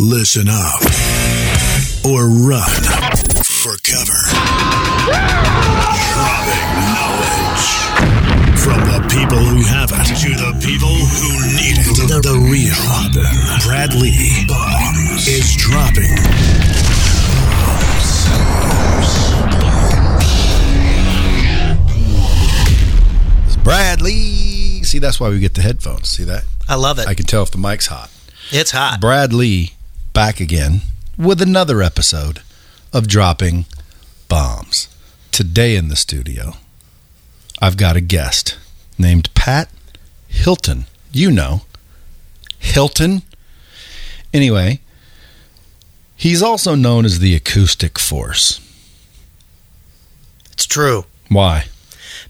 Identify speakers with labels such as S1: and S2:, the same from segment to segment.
S1: Listen up or run for cover. Dropping knowledge from the people who have it to the people who need it. The, the real Bradley Bombs is dropping.
S2: It's Bradley. See, that's why we get the headphones. See that?
S3: I love it.
S2: I can tell if the mic's hot.
S3: it's hot.
S2: Bradley back again with another episode of Dropping Bombs. Today in the studio, I've got a guest named Pat Hilton. You know, Hilton. Anyway, he's also known as the acoustic force.
S3: It's true.
S2: Why?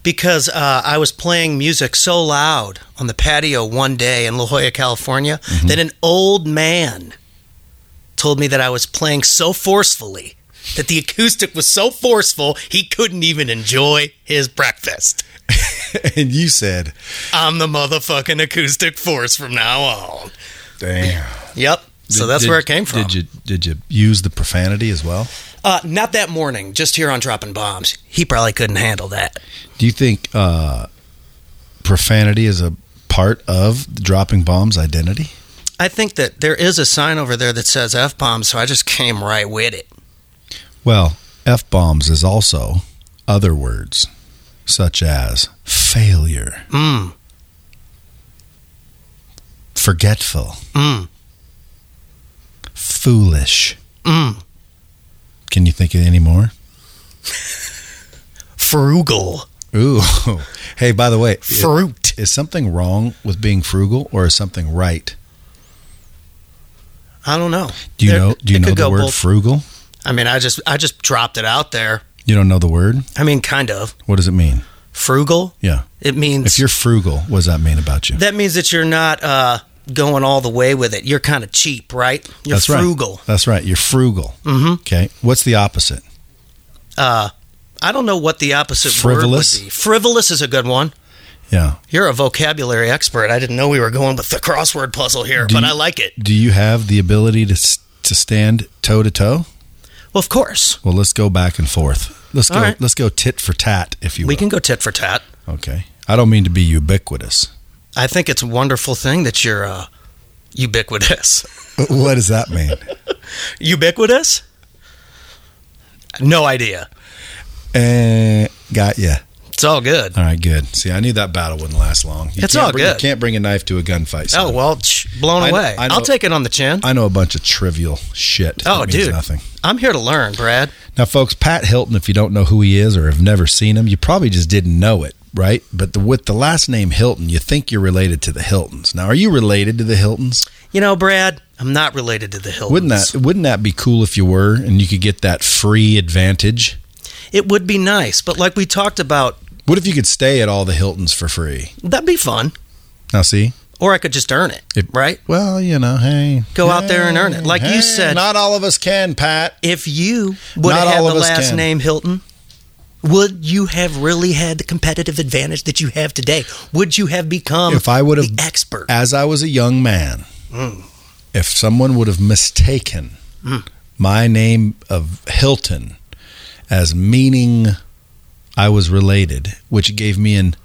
S3: Because uh, I was playing music so loud on the patio one day in La Jolla, California,
S2: Mm-hmm.
S3: that an old man told me that I was playing so forcefully that the acoustic was so forceful he couldn't even enjoy his breakfast.
S2: and you said,
S3: I'm the motherfucking acoustic force from now on.
S2: damn.
S3: Yep. So that's
S2: Did-
S3: where it came from.
S2: Did you did you use the profanity as well?
S3: uh, not that morning, just here on Dropping Bombs. He probably couldn't handle that.
S2: Do you think uh, profanity is a part of dropping bombs identity?
S3: I think that there is a sign over there that says F bomb, so I just came right with it.
S2: Well, f bombs is also other words such as failure,
S3: Mm,
S2: forgetful,
S3: mm,
S2: foolish.
S3: mm.
S2: Can you think of any more?
S3: Frugal.
S2: Ooh. Hey, by the way, i-
S3: Fruit.
S2: is something wrong with being frugal or is something right?
S3: I don't know.
S2: Do you
S3: There-
S2: know do you
S3: it
S2: know
S3: could
S2: the
S3: go
S2: word
S3: both-
S2: frugal?
S3: I mean, I just I just dropped it out there.
S2: You don't know the word?
S3: I mean, kind of
S2: What does it mean?
S3: frugal.
S2: Yeah.
S3: It means
S2: If you're frugal, what does that mean about you?
S3: that means that you're not uh, going all the way with it. You're kind of cheap, right? You're
S2: That's
S3: frugal.
S2: Right. That's right. You're frugal.
S3: Mhm.
S2: Okay. What's the opposite?
S3: Uh, I don't know what the opposite
S2: Frivolous?
S3: word would be. Frivolous is a good one.
S2: Yeah.
S3: You're a vocabulary expert. I didn't know we were going with the crossword puzzle here,
S2: Do
S3: but
S2: you-
S3: I like it.
S2: Do you have the ability to s- to stand toe to toe?
S3: Well, of course.
S2: Well, let's go back and forth. Let's go.
S3: All right.
S2: Let's go tit for tat, if you will.
S3: We can go tit for tat.
S2: okay. I don't mean to be ubiquitous.
S3: I think it's a wonderful thing that you're uh, ubiquitous.
S2: what does that mean?
S3: ubiquitous? No idea.
S2: uh, got ya.
S3: It's all good.
S2: All right. Good. See, I knew that battle wouldn't last long. You
S3: It's
S2: can't
S3: all
S2: bring, You
S3: good.
S2: can't bring a knife to a gunfight. son.
S3: Oh well, tch, blown
S2: I kn-
S3: away.
S2: I know-
S3: I'll take it on the chin.
S2: I know a bunch of trivial shit.
S3: Oh,
S2: that means
S3: dude.
S2: nothing.
S3: I'm here to learn, Brad.
S2: Now, folks, Pat Hilton, if you don't know who he is or have never seen him, you probably just didn't know it, right? But the, with the last name Hilton, you think you're related to the Hiltons. Now, are you related to the Hiltons?
S3: You know, Brad, I'm not related to the Hiltons.
S2: Wouldn't that wouldn't that be cool if you were and you could get that free advantage?
S3: It would be nice, but like we talked about,
S2: What if you could stay at all the Hiltons for free?
S3: that'd be fun.
S2: Now, see,
S3: Or I could just earn it,
S2: If-
S3: right?
S2: well, you know, hey,
S3: Go out there and earn it. Like you
S2: hey,
S3: said-
S2: Not all of us can, Pat.
S3: If you would
S2: Not
S3: have had
S2: all
S3: the
S2: of us
S3: last
S2: can.
S3: name Hilton, would you have really had the competitive advantage that you have today? Would you have become
S2: If I would have-
S3: the expert? Mm.
S2: As I was a young man, if someone would have mistaken my name of Hilton as meaning I was related, which gave me an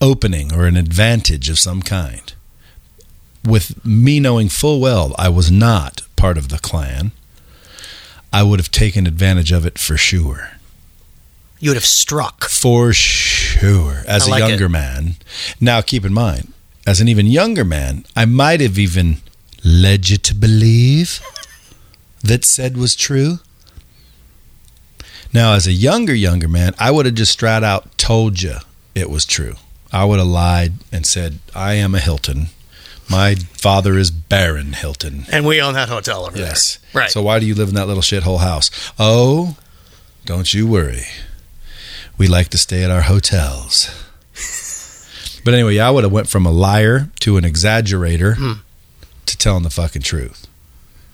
S2: opening or an advantage of some kind, with me knowing full well I was not part of the clan, I would have taken advantage of it for sure.
S3: You would have struck.
S2: For sure. As
S3: I
S2: a
S3: like
S2: younger man. Now, keep in mind, as an even younger man, I might have even led you to believe that said was true. Now, as a younger, younger man, I would have just straight out told you it was true. I would have lied and said, I am a Hilton. My father is Baron Hilton.
S3: And we own that hotel over
S2: Yes.
S3: there. Right.
S2: So why do you live in that little shithole house? Oh, don't you worry. We like to stay at our hotels. but anyway, I would have went from a liar to an exaggerator to telling the fucking truth.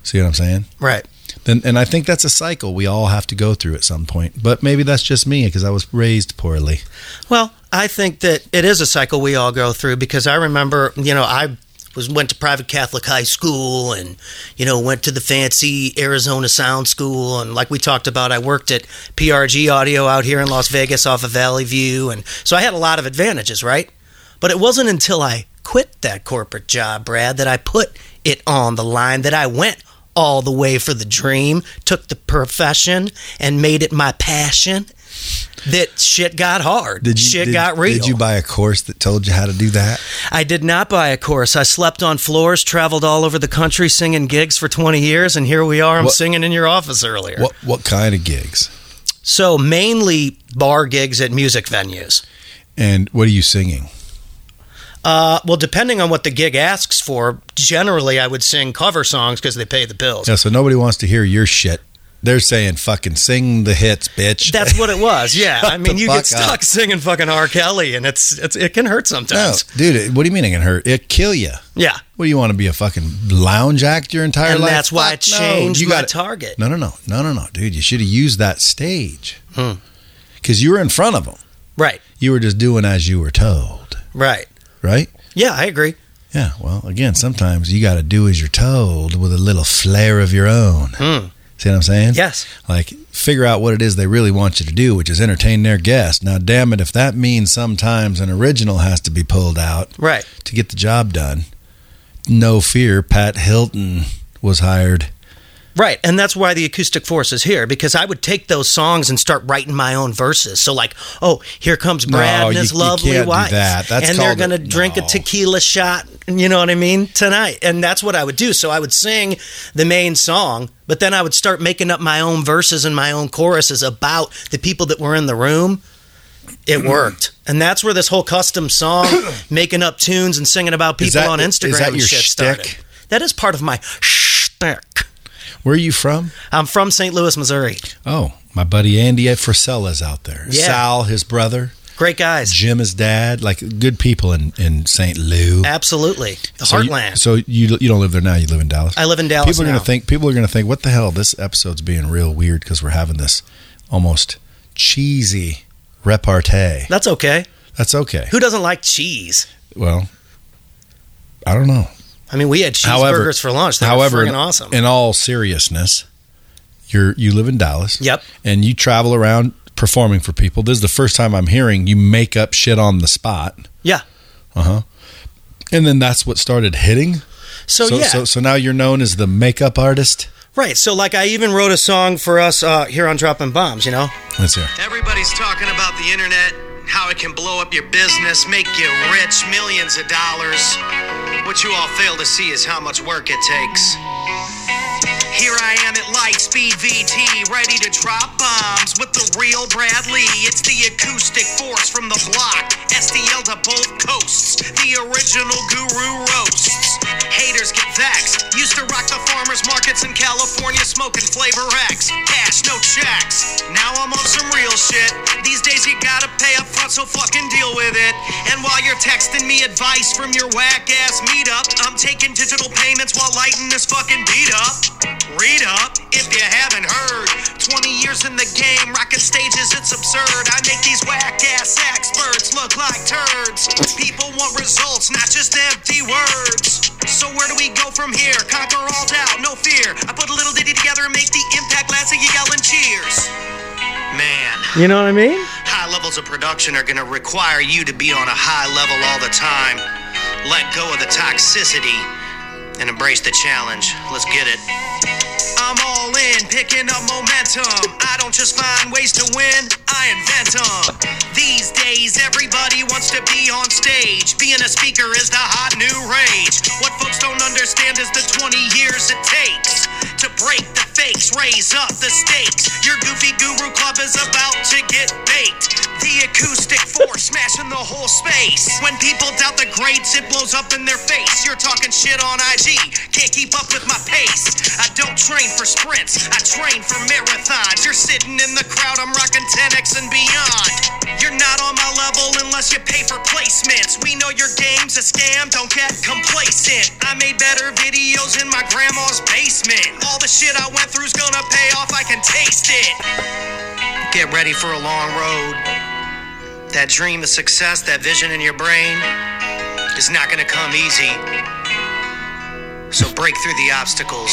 S2: See what I'm saying?
S3: Right.
S2: Then, and I think that's a cycle we all have to go through at some point. But maybe that's just me because I was raised poorly.
S3: Well, I think that it is a cycle we all go through because I remember, you know, I was went to private Catholic high school and you know went to the fancy Arizona Sound School and like we talked about, I worked at PRG Audio out here in Las Vegas off of Valley View, and so I had a lot of advantages, right? But it wasn't until I quit that corporate job, Brad, that I put it on the line, that I went all the way for the dream, took the profession and made it my passion. That shit got hard.
S2: Did you,
S3: shit
S2: did-
S3: got real.
S2: Did you buy a course that told you how to do that?
S3: I did not buy a course. I slept on floors, traveled all over the country singing gigs for 20 years, and here we are. I'm
S2: What-
S3: singing in your office earlier.
S2: What what kind of gigs?
S3: So, mainly bar gigs at music venues.
S2: And what are you singing?
S3: Uh, well, depending on what the gig asks for, generally I would sing cover songs because they pay the bills.
S2: Yeah, so nobody wants to hear your shit. They're saying fucking sing the hits, bitch.
S3: That's what it was. Yeah. I mean,
S2: the
S3: you get
S2: fuck up.
S3: stuck singing fucking R. Kelly, and it's, it's it can hurt
S2: no,
S3: sometimes.
S2: dude. it- What do you mean it can hurt? It kill you.
S3: Yeah.
S2: What do you want to be a fucking lounge act your entire
S3: And
S2: life?
S3: that's why I
S2: Fuck no,
S3: changed
S2: you
S3: my
S2: gotta-
S3: target.
S2: No, no, no, no, no, no, dude. You should have used that stage
S3: Hmm.
S2: because you were in front of them.
S3: Right.
S2: You were just doing as you were told,
S3: Right.
S2: right?
S3: Yeah, I agree.
S2: Yeah. Well, again, sometimes you got to do as you're told with a little flair of your own.
S3: Hmm.
S2: See what I'm saying?
S3: Yes.
S2: Like, figure out what it is they really want you to do, which is entertain their guest. Now, damn it, if that means sometimes an original has to be pulled out
S3: Right.
S2: to get the job done, no fear, Pat Hilton was hired.
S3: Right, and that's why the acoustic force is here because I would take those songs and start writing my own verses. So like, oh, here comes Brad
S2: No,
S3: and his
S2: you- you
S3: lovely
S2: can't do
S3: wife,
S2: that. That's
S3: and they're
S2: called
S3: gonna
S2: a-
S3: drink a
S2: no.
S3: tequila shot. You know what I mean tonight, and that's what I would do. So I would sing the main song, but then I would start making up my own verses and my own choruses about the people that were in the room.
S2: Mm-hmm.
S3: It worked, and that's where this whole custom song, making up tunes and singing about people
S2: Is that-
S3: on
S2: is
S3: Instagram
S2: that
S3: and
S2: your
S3: shit
S2: shtick?
S3: started. That is part of my shtick.
S2: Where are you from?
S3: I'm from St. Louis, Missouri.
S2: Oh, my buddy Andy Frisella's out there.
S3: Yeah.
S2: Sal, his brother.
S3: Great guys.
S2: Jim, his dad. Like, good people in, in St. Lou.
S3: Absolutely. The
S2: So you-
S3: heartland.
S2: So you you don't live there now. You live in Dallas.
S3: I live in Dallas
S2: People are
S3: now.
S2: to think. People are going to think. What the hell? This episode's being real weird because we're having this almost cheesy repartee.
S3: That's okay.
S2: That's okay.
S3: Who doesn't like cheese?
S2: Well, I don't know.
S3: I mean, we had cheeseburgers
S2: However-
S3: for lunch. They
S2: However,
S3: were
S2: in-
S3: freaking awesome.
S2: In all seriousness, you're you live in Dallas.
S3: Yep.
S2: And you travel around performing for people. This is the first time I'm hearing you make up shit on the spot.
S3: Yeah.
S2: Uh huh. And then that's what started hitting.
S3: So,
S2: so,
S3: yeah,
S2: so so now you're known as the makeup artist.
S3: right. So like, I even wrote a song for us uh, here on Dropping Bombs. You know,
S2: Let's hear.
S4: Everybody's talking about the internet, how it can blow up your business, make you rich, millions of dollars. What you all fail to see is how much work it takes. Here I am at light speed VT, ready to drop bombs with the real Bradley. It's the acoustic force from the block, STL to both coasts, the original guru roasts. Haters get vexed. Used to rock the farmers markets in California, smoking Flavor X. Cash, no checks. Now I'm on some real shit. These days you gotta pay up front, so fucking deal with it. And while you're texting me advice from your whack ass meetup, I'm taking digital payments while lighting this fucking beat up. Read up if you haven't heard. 20 years in the game, rocking stages, it's absurd. I make these whack ass experts look like turds. People want results, not just empty words. So, where do we go from here? Conquer all doubt, no fear. I put a little ditty together and make the impact last, and you yelling cheers. Man.
S3: you know what I mean?
S4: High levels of production are going to require you to be on a high level all the time. Let go of the toxicity and embrace the challenge. Let's get it. I'm all in, picking up momentum. I don't just find ways to win, I invent them. These days, everybody wants to be on stage. Being a speaker is the hot new rage. What folks don't understand is the 20 years it takes to break the fakes, raise up the stakes. Your goofy guru club is about to get baked. The acoustic force smashing the whole space. When people doubt the greats, it blows up in their face. You're talking shit on IG, can't keep up with my pace. I don't train for sprints, I train for marathons. You're sitting in the crowd, I'm rocking 10x and beyond. You're not on my level unless you pay for placements. We know your game's a scam, don't get complacent. I made better videos in my grandma's basement. All the shit I went through's gonna pay off, I can taste it. Get ready for a long road. That dream of success, that vision in your brain, is not gonna come easy. So break through the obstacles.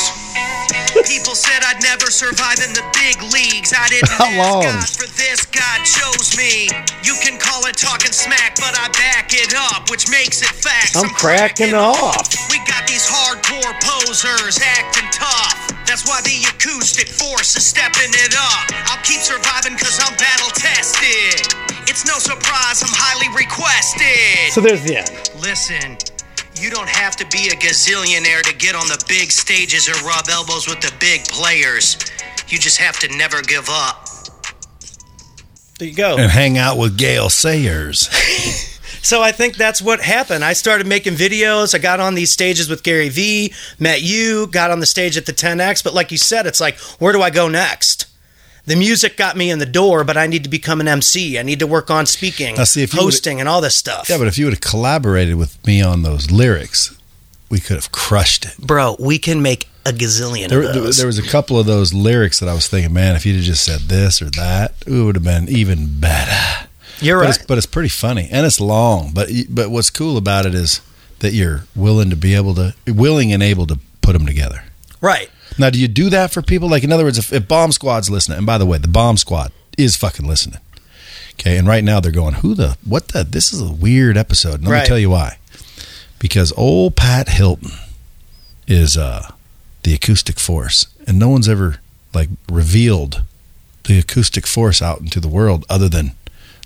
S4: People said I'd never survive in the big leagues. I didn't
S2: How
S4: ask
S2: long?
S4: God for this, God chose me. You can call it talking smack, but I back it up, which makes it facts.
S5: I'm cracking off.
S4: We got these hardcore posers acting tough. That's why the acoustic force is stepping it up. I'll keep surviving because I'm battle tested. It's no surprise I'm highly requested.
S5: So there's the end.
S4: Listen, you don't have to be a gazillionaire to get on the big stages or rub elbows with the big players. You just have to never give up.
S3: There you go.
S2: and hang out with Gail Sayers.
S3: So I think that's what happened. I started making videos. I got on these stages with Gary Vee, met you, got on the stage at the 10X. But like you said, it's like, where do I go next? The music got me in the door, but I need to become an MC. I need to work on speaking,
S2: Now, see, if you would've-
S3: hosting, and all this stuff.
S2: Yeah, but if you would have collaborated with me on those lyrics, we could have crushed it.
S3: Bro, we can make a gazillion
S2: There,
S3: of
S2: there-
S3: those.
S2: there was a couple of those lyrics that I was thinking, man, if you'd have just said this or that, it would have been even better.
S3: You're
S2: But
S3: right.
S2: it's, but it's pretty funny and it's long. But y- but what's cool about it is that you're willing to be able to willing and able to put them together.
S3: right.
S2: Now, do you do that for people? Like, in other words, if, if Bomb Squad's listening, and by the way, the Bomb Squad is fucking listening. Okay, and right now they're going, who the, what the, this is a weird episode. And let
S3: Right.
S2: me tell you why. Because old Pat Hilton is uh, the acoustic force, and no one's ever like revealed the acoustic force out into the world other than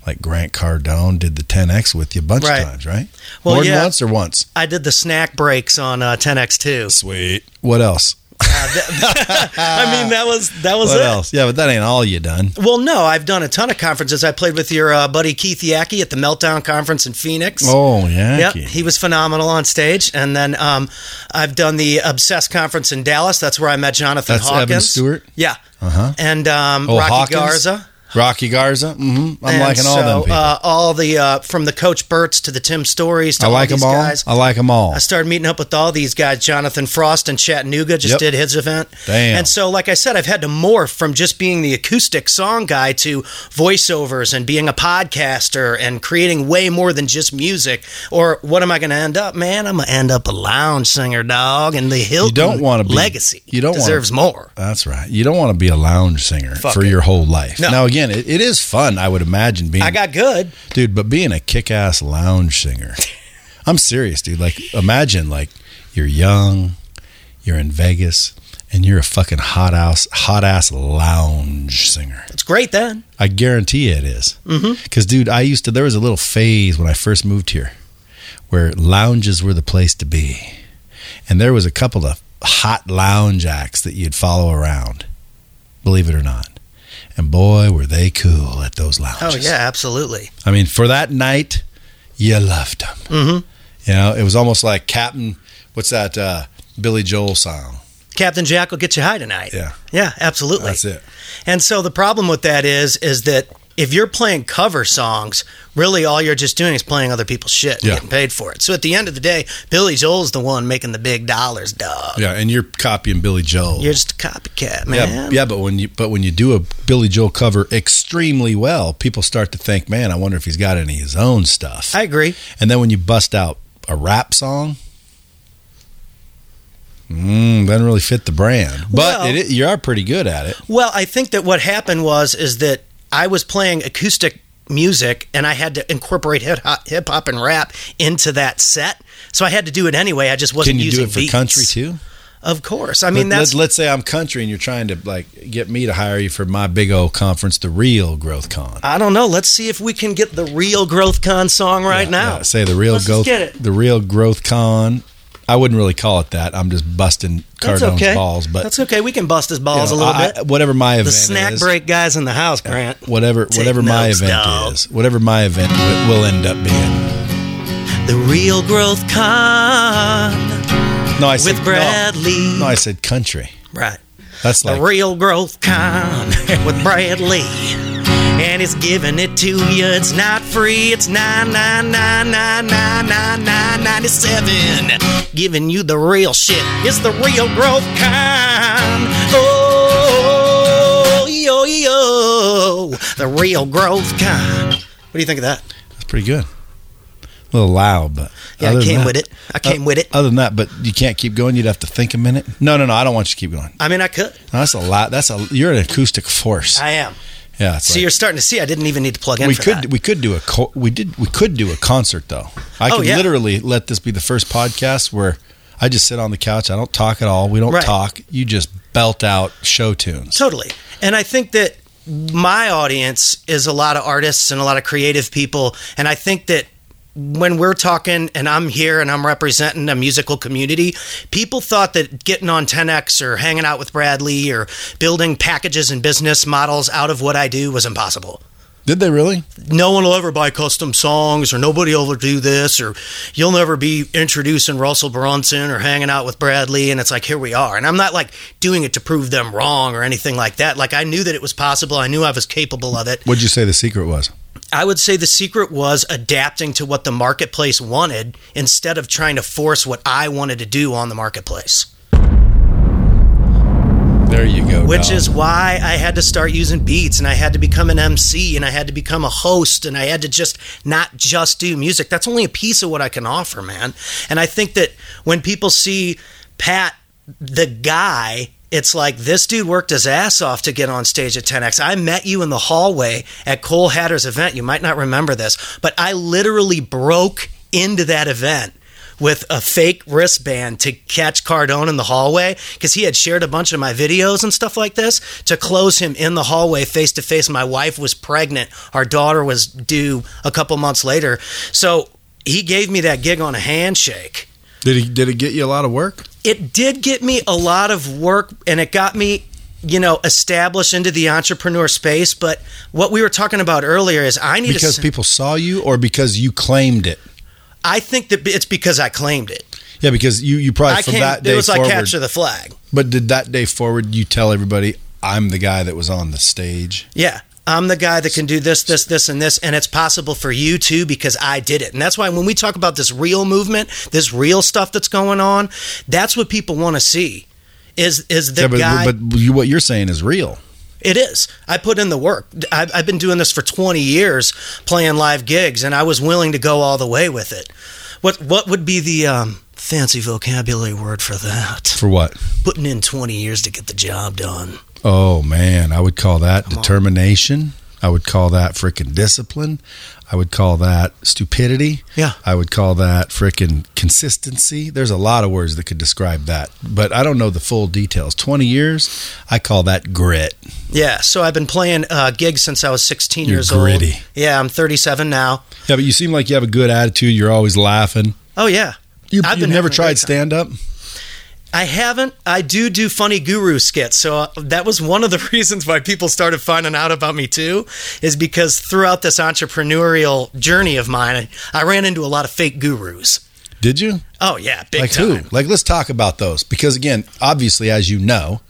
S2: like Grant Cardone did the 10X with you a bunch
S3: Right.
S2: of times, right?
S3: Well,
S2: More than
S3: yeah.
S2: once or once?
S3: I did the snack breaks on uh, 10X2.
S2: Sweet. What else?
S3: I mean, that was that was
S2: what
S3: it.
S2: else? Yeah, but that ain't all you done.
S3: Well, no, I've done a ton of conferences. I played with your uh, buddy Keith Yaki at the Meltdown Conference in Phoenix.
S2: Oh, yeah.
S3: Yep, he was phenomenal on stage. And then um, I've done the Obsessed conference in Dallas. That's where I met Jonathan
S2: That's
S3: Hawkins.
S2: Evan Stewart?
S3: Yeah.
S2: Uh-huh.
S3: And um,
S2: Oh,
S3: Rocky
S2: Hawkins?
S3: Garza.
S2: Rocky Garza. Mm-hmm. I'm
S3: And
S2: liking all
S3: so,
S2: them people.
S3: Uh, all the uh, from the Coach Burt's to the Tim Stories to
S2: I like
S3: all these
S2: them all.
S3: guys.
S2: I like them all.
S3: I started meeting up with all these guys. Jonathan Frost in Chattanooga just
S2: Yep.
S3: did his event.
S2: Damn.
S3: And so, like I said, I've had to morph from just being the acoustic song guy to voiceovers and being a podcaster and creating way more than just music. Or what am I going to end up, man? I'm going to end up a lounge singer, dog. And the Hilton
S2: don't wanna be-
S3: legacy
S2: you don't wanna-
S3: deserves more.
S2: That's right. You don't want to be a lounge singer for
S3: it.
S2: your whole life.
S3: No.
S2: Now, again, it, it is fun. I would imagine being,
S3: I got good.
S2: dude, but being a kick-ass lounge singer. I'm serious, dude. Like, imagine like you're young, you're in Vegas, and you're a fucking hot ass, hot ass lounge singer.
S3: It's great then.
S2: I guarantee you it is.
S3: Mm-hmm.
S2: Because, dude, I used to, there was a little phase when I first moved here where lounges were the place to be. And there was a couple of hot lounge acts that you'd follow around, believe it or not. And boy, were they cool at those
S3: Oh,
S2: lounges.
S3: yeah, absolutely.
S2: I mean, for that night, you loved them. Mm-hmm. You know, it was almost like Captain, what's that uh, Billy Joel song?
S3: Captain Jack will get you high tonight.
S2: Yeah.
S3: Yeah, absolutely.
S2: That's it.
S3: And so the problem with that is, is that if you're playing cover songs, really all you're just doing is playing other people's shit and
S2: Yeah.
S3: getting paid for it. So at the end of the day, Billy Joel's the one making the big dollars, dog.
S2: Yeah, and you're copying Billy Joel.
S3: You're just a copycat, man.
S2: Yeah, yeah, but when you but when you do a Billy Joel cover extremely well, people start to think, "Man, I wonder if he's got any of his own stuff."
S3: I agree.
S2: and then when you bust out a rap song, mm, doesn't really fit the brand. But
S3: Well-
S2: it, i- you are pretty good at it.
S3: Well, I think that what happened was is that I was playing acoustic music and I had to incorporate hip hop and rap into that set. So I had to do it anyway. I just wasn't
S2: Can you do
S3: using
S2: it for
S3: beats.
S2: country too?
S3: Of course. I mean,
S2: Let-
S3: that's
S2: let, let's say I'm country and you're trying to like get me to hire you for my big old conference, the Real Growth Con.
S3: I don't know. Let's see if we can get the real Growth Con song right
S2: Yeah,
S3: now.
S2: yeah, say the real
S3: Let's just
S2: growth,
S3: get it.
S2: the real growth con. I wouldn't really call it that. I'm just busting
S3: That's
S2: Cardone's
S3: okay.
S2: balls, but
S3: that's okay. We can bust his balls
S2: you
S3: a
S2: know,
S3: little
S2: I-
S3: bit.
S2: I- whatever my event
S3: the snack
S2: is,
S3: break guys in the house, Grant.
S2: whatever
S3: Take
S2: whatever my
S3: notes,
S2: event
S3: dog.
S2: is, whatever my event wi- will end up being.
S3: The real Growth Con
S2: No, I said
S3: with
S2: no.
S3: Bradley.
S2: No, I said country.
S3: Right.
S2: That's
S3: The
S2: like
S3: real Growth Con with Bradley. And he's giving it to you. It's not free. It's nine nine nine nine nine nine nine ninety seven. Giving you the real shit. It's the real Growth Con. Oh, yo, yo. The real Growth Con. What do you think of that?
S2: that's pretty good. A little loud, but
S3: Yeah,
S2: other
S3: I
S2: than
S3: came
S2: that, uh,
S3: with it. I came with it.
S2: Other than that, but you can't keep going. You'd have to think a minute. No, no, no. I don't want you to keep going.
S3: I mean, I could.
S2: No, that's a lot. That's a you're an acoustic force.
S3: I am.
S2: yeah. It's
S3: So
S2: like-
S3: you're starting to see. I didn't even need to plug in.
S2: we
S3: for
S2: could
S3: that.
S2: we could do a co- we did we could do a concert though. I
S3: Oh,
S2: could
S3: yeah.
S2: literally let this be the first podcast where I just sit on the couch. I don't talk at all. We don't
S3: Right.
S2: talk. You just belt out show tunes.
S3: Totally. And I think that my audience is a lot of artists and a lot of creative people. And I think that when we're talking and I'm here and I'm representing a musical community, people thought that getting on 10X or hanging out with Bradley or building packages and business models out of what I do was impossible.
S2: Did they really?
S3: No one will ever buy custom songs, or nobody will ever do this, or you'll never be introducing Russell Brunson or hanging out with Bradley. And it's like, here we are. And I'm not like doing it to prove them wrong or anything like that. Like, I knew that it was possible, I knew I was capable of it.
S2: What'd you say the secret was?
S3: I would say the secret was adapting to what the marketplace wanted instead of trying to force what I wanted to do on the marketplace.
S2: There you go.
S3: Which
S2: Dom.
S3: is why I had to start using beats and I had to become an MC and I had to become a host and I had to just not just do music. That's only a piece of what I can offer, man. And I think that when people see Pat, the guy, it's like this dude worked his ass off to get on stage at 10X. I met you in the hallway at Cole Hatter's event. You might not remember this, but I literally broke into that event with a fake wristband to catch Cardone in the hallway because he had shared a bunch of my videos and stuff like this to close him in the hallway face to face. My wife was pregnant, our daughter was due a couple months later. So he gave me that gig on a handshake.
S2: did he did it get you a lot of work?
S3: It did get me a lot of work and it got me. You know, established into the entrepreneur space, but what we were talking about earlier is I need
S2: Because
S3: to.
S2: people saw you, or because you claimed it?
S3: I think that it's because I claimed it.
S2: Yeah, because you you probably
S3: I
S2: from
S3: came.
S2: that day
S3: It was
S2: forward.
S3: like capture the flag.
S2: but did that day forward you tell everybody I'm the guy that was on the stage?
S3: Yeah. I'm the guy that can do this, this, this, and this, and it's possible for you too because I did it. And that's why when we talk about this real movement, this real stuff that's going on, that's what people want to see. Is is the
S2: yeah, but,
S3: guy?
S2: but you, what you're saying is real.
S3: It is. I put in the work. I've, I've been doing this for 20 years, playing live gigs, and I was willing to go all the way with it. What what would be the um, fancy vocabulary word for that?
S2: For what?
S3: Putting in 20 years to get the job done.
S2: Oh man, I would call that determination. I would call that freaking discipline. I would call that stupidity.
S3: Yeah.
S2: I would call that freaking consistency. There's a lot of words that could describe that, but I don't know the full details. 20 years, I call that grit.
S3: Yeah, so I've been playing uh, gigs since I was 16
S2: You're
S3: years old.
S2: gritty.
S3: Yeah, I'm 37 now.
S2: Yeah, but you seem like you have a good attitude. You're always laughing.
S3: Oh yeah,
S2: You,
S3: I've
S2: you've
S3: been
S2: never
S3: having a great
S2: tried
S3: time.
S2: stand up?
S3: I haven't. I do do funny guru skits, so uh, that was one of the reasons why people started finding out about me too, is because throughout this entrepreneurial journey of mine, I, I ran into a lot of fake gurus.
S2: Did you?
S3: Oh yeah, big
S2: like
S3: time.
S2: who? Like, let's talk about those because, again, obviously, as you know,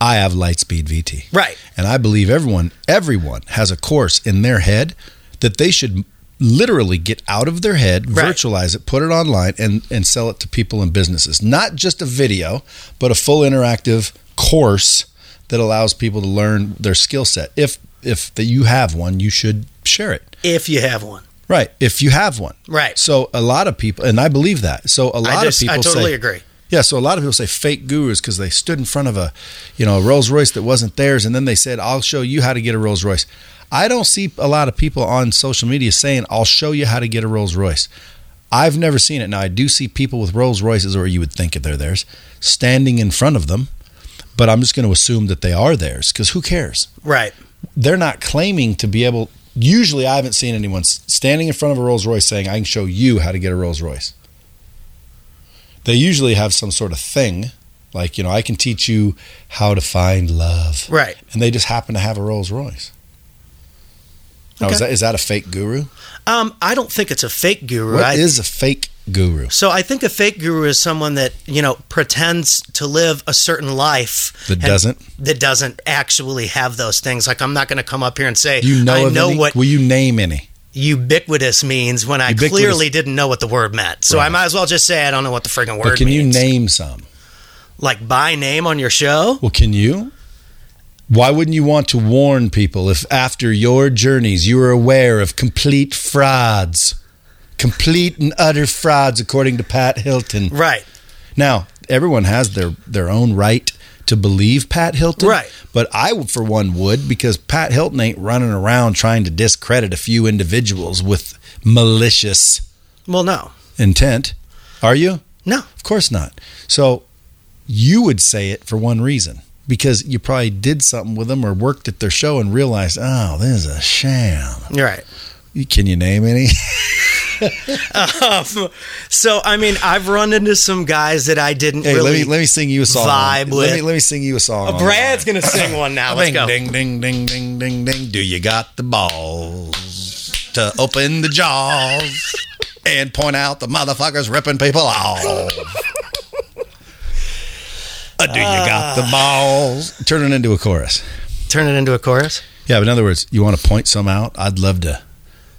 S2: I have Lightspeed VT.
S3: Right.
S2: And I believe everyone, everyone has a course in their head that they should literally get out of their head,
S3: Right.
S2: virtualize it, put it online, and and sell it to people and businesses. Not just a video, but a full interactive course that allows people to learn their skill set. If if that you have one, you should share it.
S3: If you have one,
S2: Right. If you have one.
S3: Right.
S2: So a lot of people, and I believe that. So a lot
S3: I just
S2: of people
S3: I totally
S2: say,
S3: agree.
S2: yeah, so a lot of people say fake gurus because they stood in front of a, you know, a Rolls Royce that wasn't theirs, and then they said, "I'll show you how to get a Rolls Royce." I don't see a lot of people on social media saying, "I'll show you how to get a Rolls Royce." I've never seen it. Now I do see people with Rolls Royces, or you would think if they're theirs, standing in front of them, but I'm just going to assume that they are theirs because who cares?
S3: Right.
S2: They're not claiming to be able. Usually, I haven't seen anyone s- standing in front of a Rolls Royce saying, "I can show you how to get a Rolls Royce." They usually have some sort of thing, like you know, I can teach you how to find love,
S3: Right.
S2: and they just happen to have a Rolls Royce. Now, is that is that a fake guru?
S3: Um, I don't think it's a fake guru.
S2: What
S3: I,
S2: is a fake guru?
S3: So I think a fake guru is someone that you know pretends to live a certain life
S2: That
S3: and-
S2: doesn't?
S3: that doesn't actually have those things. Like I'm not going to come up here and say
S2: You know,
S3: I
S2: of
S3: know
S2: any?
S3: what
S2: Will you name any?
S3: ubiquitous means when I
S2: Ubiquitous.
S3: clearly didn't know what the word meant. So I
S2: Right.
S3: might as well just say I don't know what the friggin' word
S2: But can
S3: means.
S2: you name some?
S3: like by name on your show?
S2: Well, can you? Why wouldn't you want to warn people if after your journeys you were aware of complete frauds? complete and utter frauds, according to Pat Hilton.
S3: Right.
S2: Now, everyone has their their own right to believe Pat Hilton,
S3: Right.
S2: But I, for one, would because Pat Hilton ain't running around trying to discredit a few individuals with malicious
S3: Well, no.
S2: intent. Are you?
S3: No.
S2: Of course not. So you would say it for one reason because you probably did something with them or worked at their show and realized, oh, this is a sham.
S3: You're right.
S2: You- Can you name any?
S3: Um, So, I mean, I've run into some guys that I didn't
S2: hey,
S3: really
S2: let me let me sing you a song. Let
S3: vibe with-
S2: me let me sing you a song. on
S3: Brad's going to sing one now. Let's
S2: Ding,
S3: go.
S2: ding, ding, ding, ding, ding, ding. Do you got the balls to open the jaws and point out the motherfuckers ripping people off? Uh, do you got
S3: Ah.
S2: the balls? Turn it into a chorus.
S3: Turn it into a chorus.
S2: Yeah, but in other words, you want to point some out? I'd love to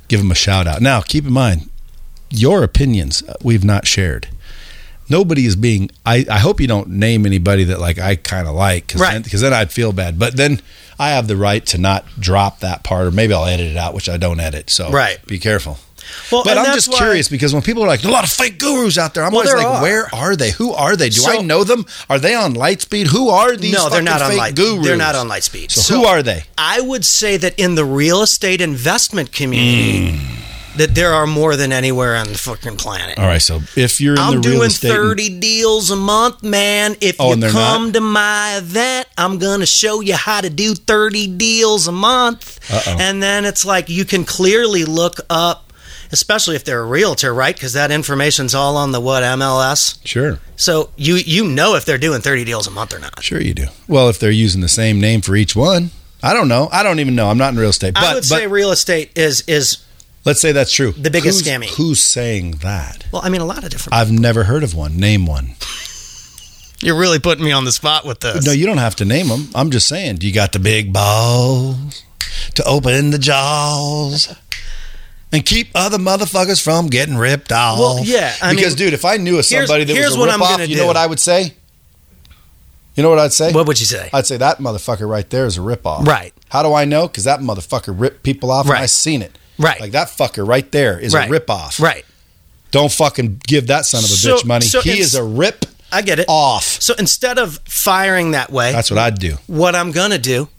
S2: give them a shout out. Now, keep in mind, your opinions uh, we've not shared. Nobody is being. I, I hope you don't name anybody that like I kind of like, cause
S3: Right.
S2: Then, because then I'd feel bad. But then I have the right to not drop that part, or maybe I'll edit it out, which I don't edit. So
S3: Right.
S2: be careful.
S3: Well,
S2: But
S3: and
S2: I'm
S3: that's
S2: just
S3: why-
S2: curious because when people are like, "There are a lot of fake gurus out there," I'm
S3: Well,
S2: always
S3: there
S2: like,
S3: are.
S2: "Where are they? Who are they? Do
S3: So-
S2: I know them? Are they on Lightspeed? Who are these?
S3: no, they're
S2: fucking
S3: not on
S2: fake
S3: light.
S2: Gurus?
S3: They're not on light speed.
S2: So who are they?
S3: I would say that in the real estate investment community, that there are more than anywhere on the fucking planet.
S2: Hmm. All right, so if you're in
S3: I'm
S2: the real
S3: doing
S2: estate,
S3: 30 deals a month, man. If
S2: Oh, and
S3: you
S2: they're
S3: come
S2: not?
S3: to my event, I'm going to show you how to do 30 deals a month.
S2: Uh-oh.
S3: And then it's like you can clearly look up, especially if they're a realtor, right? Because that information's all on the what MLS.
S2: sure,
S3: So you you know if they're doing 30 deals a month or not.
S2: sure you do. Well, if they're using the same name for each one, I don't know. I don't even know. I'm not in real estate, but,
S3: I would
S2: but
S3: say real estate is is
S2: let's say that's true.
S3: the biggest
S2: who's,
S3: scammy.
S2: Who's saying that?
S3: well, I mean a lot of different.
S2: I've never heard of one. Name one.
S3: You're really putting me on the spot with this.
S2: No, you don't have to name them. I'm just saying. You got the big balls to open the jaws and keep other motherfuckers from getting ripped off.
S3: Well, yeah, I
S2: because
S3: mean,
S2: dude, if I knew of
S3: here's-
S2: somebody that
S3: here's
S2: was a
S3: what I'm
S2: rip-off,
S3: gonna
S2: you
S3: do.
S2: know what I would say? You know what I'd say?
S3: what would you say?
S2: I'd say that motherfucker right there is a ripoff.
S3: Right.
S2: How do I know? Because that motherfucker ripped people off
S3: Right.
S2: and I seen it.
S3: Right.
S2: Like that fucker right there is
S3: Right.
S2: a ripoff.
S3: right.
S2: Don't fucking give that son of a
S3: So-
S2: bitch money.
S3: so
S2: he
S3: it's-
S2: is a rip
S3: I get it.
S2: off.
S3: So instead of firing that way,
S2: That's what I'd do.
S3: what I'm going to do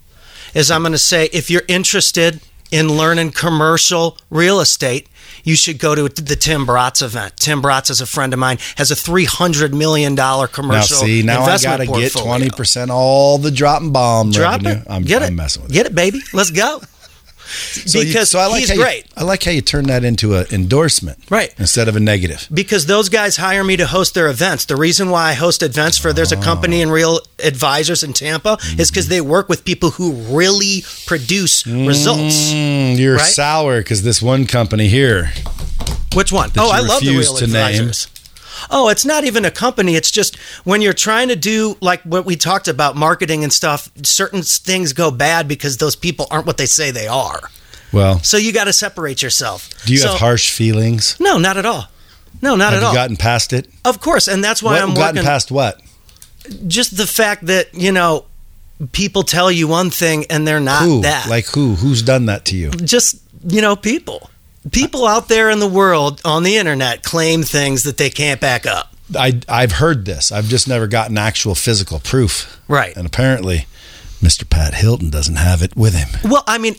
S3: is I'm going to say if you're interested in learning commercial real estate, you should go to the Tim Bratz event. Tim Bratz is a friend of mine, has a $300 million commercial
S2: Now see, now I
S3: investment
S2: gotta get
S3: portfolio.
S2: twenty percent all the drop and bomb
S3: Drop
S2: revenue.
S3: it.
S2: I'm,
S3: get
S2: I'm
S3: it.
S2: messing with
S3: Get it, baby. Let's go.
S2: it. So you-
S3: because
S2: so I like
S3: he's
S2: how you-
S3: great.
S2: I like how you turn that into an endorsement,
S3: Right.
S2: Instead of a negative.
S3: because those guys hire me to host their events. The reason why I host events for
S2: Oh.
S3: there's a company in Real Advisors in Tampa is because they work with people who really produce results.
S2: Mm, you're
S3: Right.
S2: sour because this one company here.
S3: Which one?
S2: that
S3: Oh,
S2: you
S3: I love the
S2: refuse
S3: Real
S2: to name.
S3: Advisors. Oh, it's not even a company. It's just when you're trying to do like what we talked about marketing and stuff, certain things go bad because those people aren't what they say they are.
S2: Well,
S3: So you got to separate yourself.
S2: do you
S3: So-
S2: have harsh feelings?
S3: No, not at all. No, not
S2: Have
S3: at
S2: you
S3: all.
S2: gotten past it?
S3: of course, and that's why
S2: What-
S3: I'm
S2: gotten
S3: working
S2: past what?
S3: just the fact that you know people tell you one thing and they're not
S2: who?
S3: that
S2: Like who? Who's done that to you?
S3: just you know people people out there in the world on the internet claim things that they can't back up
S2: I I've heard this. I've just never gotten actual physical proof.
S3: right
S2: And apparently, Mr. Pat Hilton doesn't have it with him.
S3: well i mean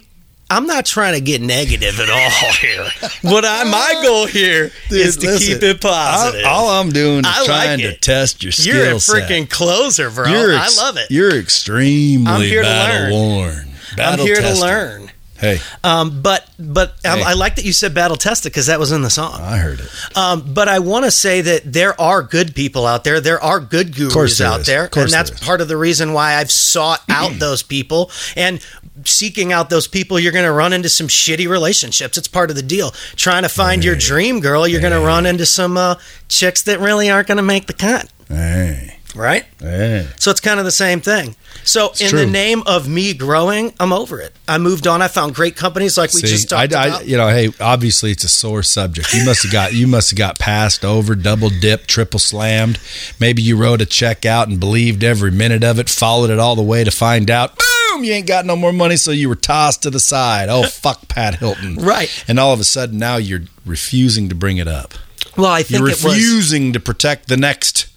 S3: i'm not trying to get negative at all here what i my goal here is to keep it positive
S2: All, all I'm doing is
S3: I like
S2: trying to
S3: it.
S2: test your skill
S3: you're a
S2: set.
S3: freaking closer bro
S2: You're
S3: i
S2: ex-
S3: love it
S2: You're extremely
S3: I'm here to learn.
S2: battle worn.
S3: i'm
S2: battle
S3: here to
S2: tested.
S3: learn
S2: Hey,
S3: um, but but um,
S2: Hey.
S3: i like that you said battle tested because that was in the song
S2: I heard it.
S3: Um, but I want to say that there are good people out there. There are good
S2: course
S3: gurus
S2: there
S3: out
S2: is.
S3: there,
S2: Of course
S3: and that's
S2: there is.
S3: part of the reason why I've sought out those people. And seeking out those people, you're going to run into some shitty relationships. It's part of the deal. Trying to find your dream girl, you're going to run into some uh, chicks that really aren't going to make the cut,
S2: Hey,
S3: right?
S2: hey.
S3: So it's kind of the same thing. So in
S2: true.
S3: the name of me growing, I'm over it. I moved on. I found great companies like we just
S2: I,
S3: talked
S2: I,
S3: about.
S2: you know, hey, obviously it's a sore subject. You must have got, you must have got passed over, double dipped, triple slammed. Maybe you wrote a check out and believed every minute of it, followed it all the way to find out. boom, you ain't got no more money, so you were tossed to the side. Oh, fuck Pat Hilton.
S3: Right.
S2: And all of a sudden now you're refusing to bring it up.
S3: Well, I think
S2: You're
S3: it was.
S2: refusing to protect the next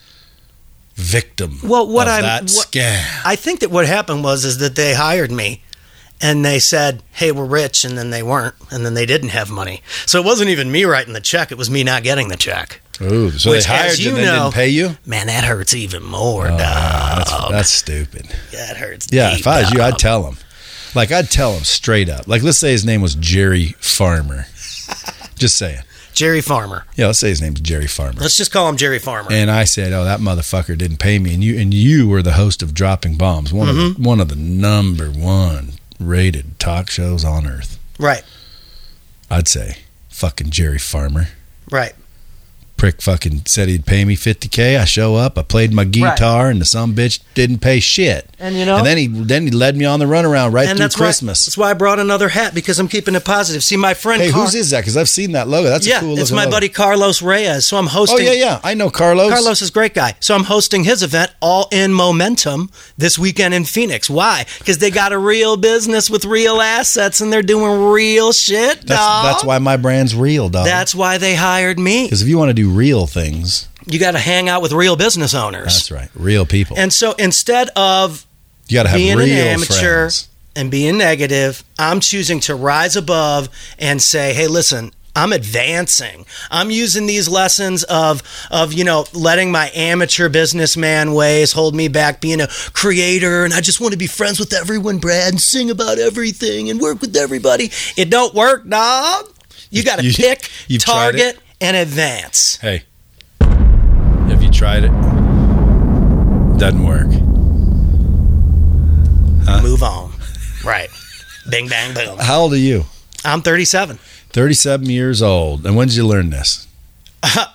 S2: victim
S3: Well, what
S2: of
S3: I'm-
S2: that
S3: what-
S2: scam.
S3: I think that what happened was is that they hired me, and they said, "Hey, we're rich," and then they weren't, and then they didn't have money. So it wasn't even me writing the check; it was me not getting the check.
S2: Ooh, so
S3: Which,
S2: they hired
S3: as
S2: you
S3: you
S2: and they
S3: know-
S2: didn't pay you? Ah,
S3: Man, that hurts even more. dog.
S2: Oh, That's, that's stupid.
S3: That hurts.
S2: Yeah,
S3: deep,
S2: if I was you,
S3: dog.
S2: I'd tell him. Like I'd tell him straight up. Like let's say his name was Jerry Farmer. Just saying.
S3: Jerry Farmer.
S2: Yeah, let's say his name's Jerry Farmer.
S3: Let's just call him Jerry Farmer.
S2: And I said, "Oh, that motherfucker didn't pay me." And you and you were the host of Dropping Bombs, one of
S3: Mm-hmm.
S2: the, one of the number one rated talk shows on earth.
S3: right.
S2: I'd say, "Fucking Jerry Farmer,
S3: Right.
S2: prick, fucking said he'd pay me fifty k. I show up, I played my guitar, and the some bitch didn't pay shit.
S3: And you know-
S2: and then he then he led me on the runaround right
S3: and
S2: through
S3: that's Why,
S2: Christmas.
S3: that's why I brought another hat because I'm keeping it positive. See, my friend.
S2: hey,
S3: Car-
S2: whose is that? Because I've seen that logo. That's
S3: yeah,
S2: a cool.
S3: it's
S2: looking
S3: my
S2: logo.
S3: buddy Carlos Reyes. So I'm hosting.
S2: Oh yeah, yeah, I know Carlos.
S3: Carlos is a great guy. So I'm hosting his event, All in Momentum, this weekend in Phoenix. Why? Because they got a real business with real assets and they're doing real
S2: That's,
S3: shit. dawg.
S2: that's why my brand's real, dog.
S3: That's why they hired me.
S2: because if you want to do real things,
S3: You got to hang out with real business owners.
S2: that's right, real people.
S3: And so instead of
S2: You got to have
S3: being
S2: real
S3: an amateur
S2: friends.
S3: and being negative, I'm choosing to rise above and say, "Hey, listen, I'm advancing. I'm using these lessons of of you know letting my amateur businessman ways hold me back, being a creator, and I just want to be friends with everyone, Brad, and sing about everything and work with everybody. It don't work, dog. You got to
S2: You-
S3: pick,
S2: you've tried it?
S3: target, and advance.
S2: Hey, have you tried it? Doesn't work.
S3: Move on. Right. Bing bang boom.
S2: How old are you?
S3: I'm 37.
S2: 37 years old. And when did you learn this?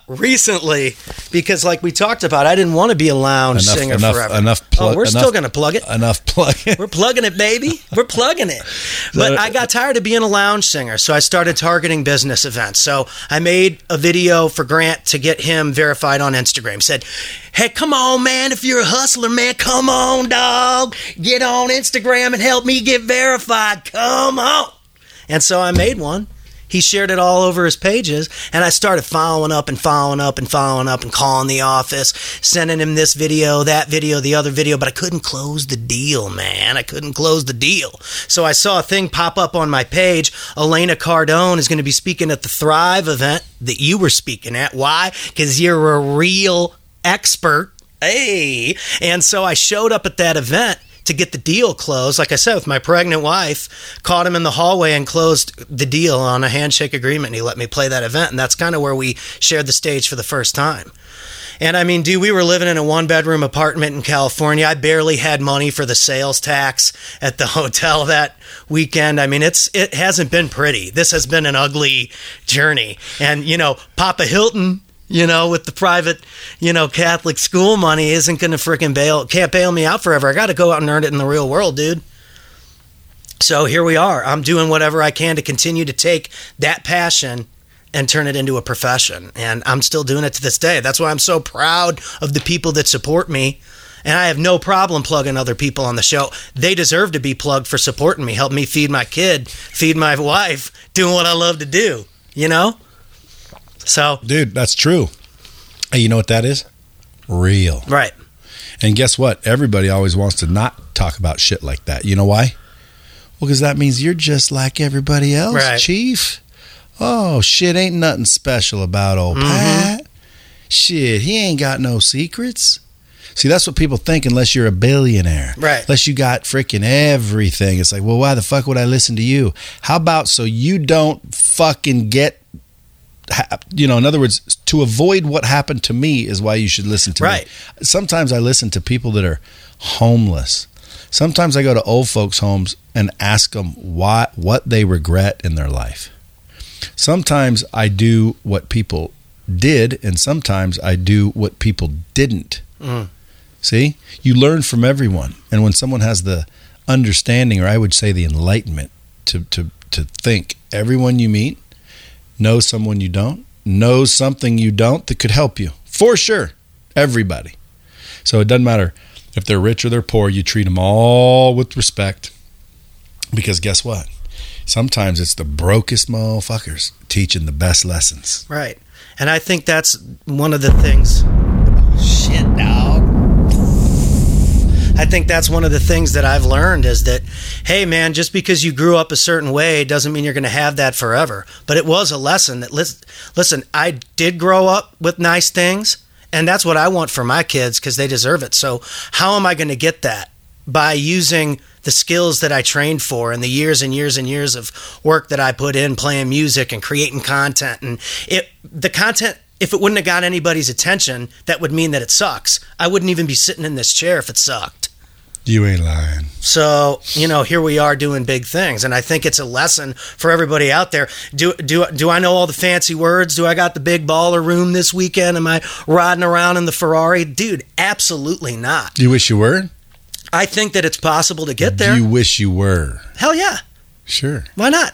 S3: recently because, like we talked about, I didn't want to be a lounge
S2: Enough-
S3: singer
S2: enough-
S3: forever.
S2: enough plug-
S3: oh, we're
S2: enough-
S3: still going to plug it.
S2: Enough plug.
S3: We're plugging it, baby. We're plugging it. But I got tired of being a lounge singer, so I started targeting business events. So I made a video for Grant to get him verified on Instagram. Said, "Hey, come on, man! If you're a hustler, man, come on, dog! Get on Instagram and help me get verified. Come on!" And so I made one. He shared it all over his pages, and I started following up and following up and following up and calling the office, sending him this video, that video, the other video, but I couldn't close the deal, man. I couldn't close the deal. So I saw a thing pop up on my page. Elena Cardone is going to be speaking at the Thrive event that you were speaking at. Why? Because you're a real expert. Hey. And so I showed up at that event to get the deal closed. Like I said, with my pregnant wife, caught him in the hallway and closed the deal on a handshake agreement. He let me play that event. And that's kind of where we shared the stage for the first time. And I mean, dude, we were living in a one bedroom apartment in California. I barely had money for the sales tax at the hotel that weekend. I mean, it's it hasn't been pretty. This has been an ugly journey. And you know, Papa Hilton, you know, with the private, you know, Catholic school money isn't going to freaking bail can't bail me out forever. I got to go out and earn it in the real world, dude. So here we are. I'm doing whatever I can to continue to take that passion and turn it into a profession. And I'm still doing it to this day. That's why I'm so proud of the people that support me. And I have no problem plugging other people on the show. They deserve to be plugged for supporting me, help me feed my kid, feed my wife, doing what I love to do, you know? So,
S2: Dude, that's true. Hey, you know what that is? Real.
S3: right.
S2: And guess what? Everybody always wants to not talk about shit like that. You know why? Well, because that means you're just like everybody else,
S3: Right.
S2: Chief. Oh, shit, ain't nothing special about old
S3: Mm-hmm.
S2: Pat. Shit, he ain't got no secrets. See, that's what people think unless you're a billionaire.
S3: Right.
S2: Unless you got freaking everything. It's like, well, why the fuck would I listen to you? How about so you don't fucking get. ha- You know, in other words, to avoid what happened to me is why you should listen to me
S3: Right.
S2: sometimes I listen to people that are homeless. Sometimes I go to old folks' homes and ask them why, what they regret in their life. Sometimes I do what people did, and sometimes I do what people didn't. See, you learn from everyone, and when someone has the understanding, or I would say the enlightenment, to to to think everyone you meet knows someone you don't, knows something you don't that could help you for sure. Everybody. So it doesn't matter If they're rich or they're poor, you treat them all with respect. Because guess what? Sometimes it's the brokest motherfuckers teaching the best lessons.
S3: Right. And I think that's one of the things. Oh, Shit, dog. I think that's one of the things that I've learned is that, hey, man, just because you grew up a certain way doesn't mean you're going to have that forever. But it was a lesson that, lis- listen, I did grow up with nice things, and that's what I want for my kids because they deserve it. So, how am I going to get that? By using the skills that I trained for and the years and years and years of work that I put in playing music and creating content. And it, the content if it wouldn't have got anybody's attention, that would mean that it sucks. I wouldn't even be sitting in this chair if it sucked.
S2: You ain't lying.
S3: So, you know, here we are doing big things and I think it's a lesson for everybody out there. Do do do I know all the fancy words? Do I got the big baller room this weekend? Am I riding around in the Ferrari? Dude, absolutely not.
S2: You wish you were?
S3: I think that it's possible to get there.
S2: You wish you were.
S3: Hell yeah.
S2: Sure.
S3: Why not?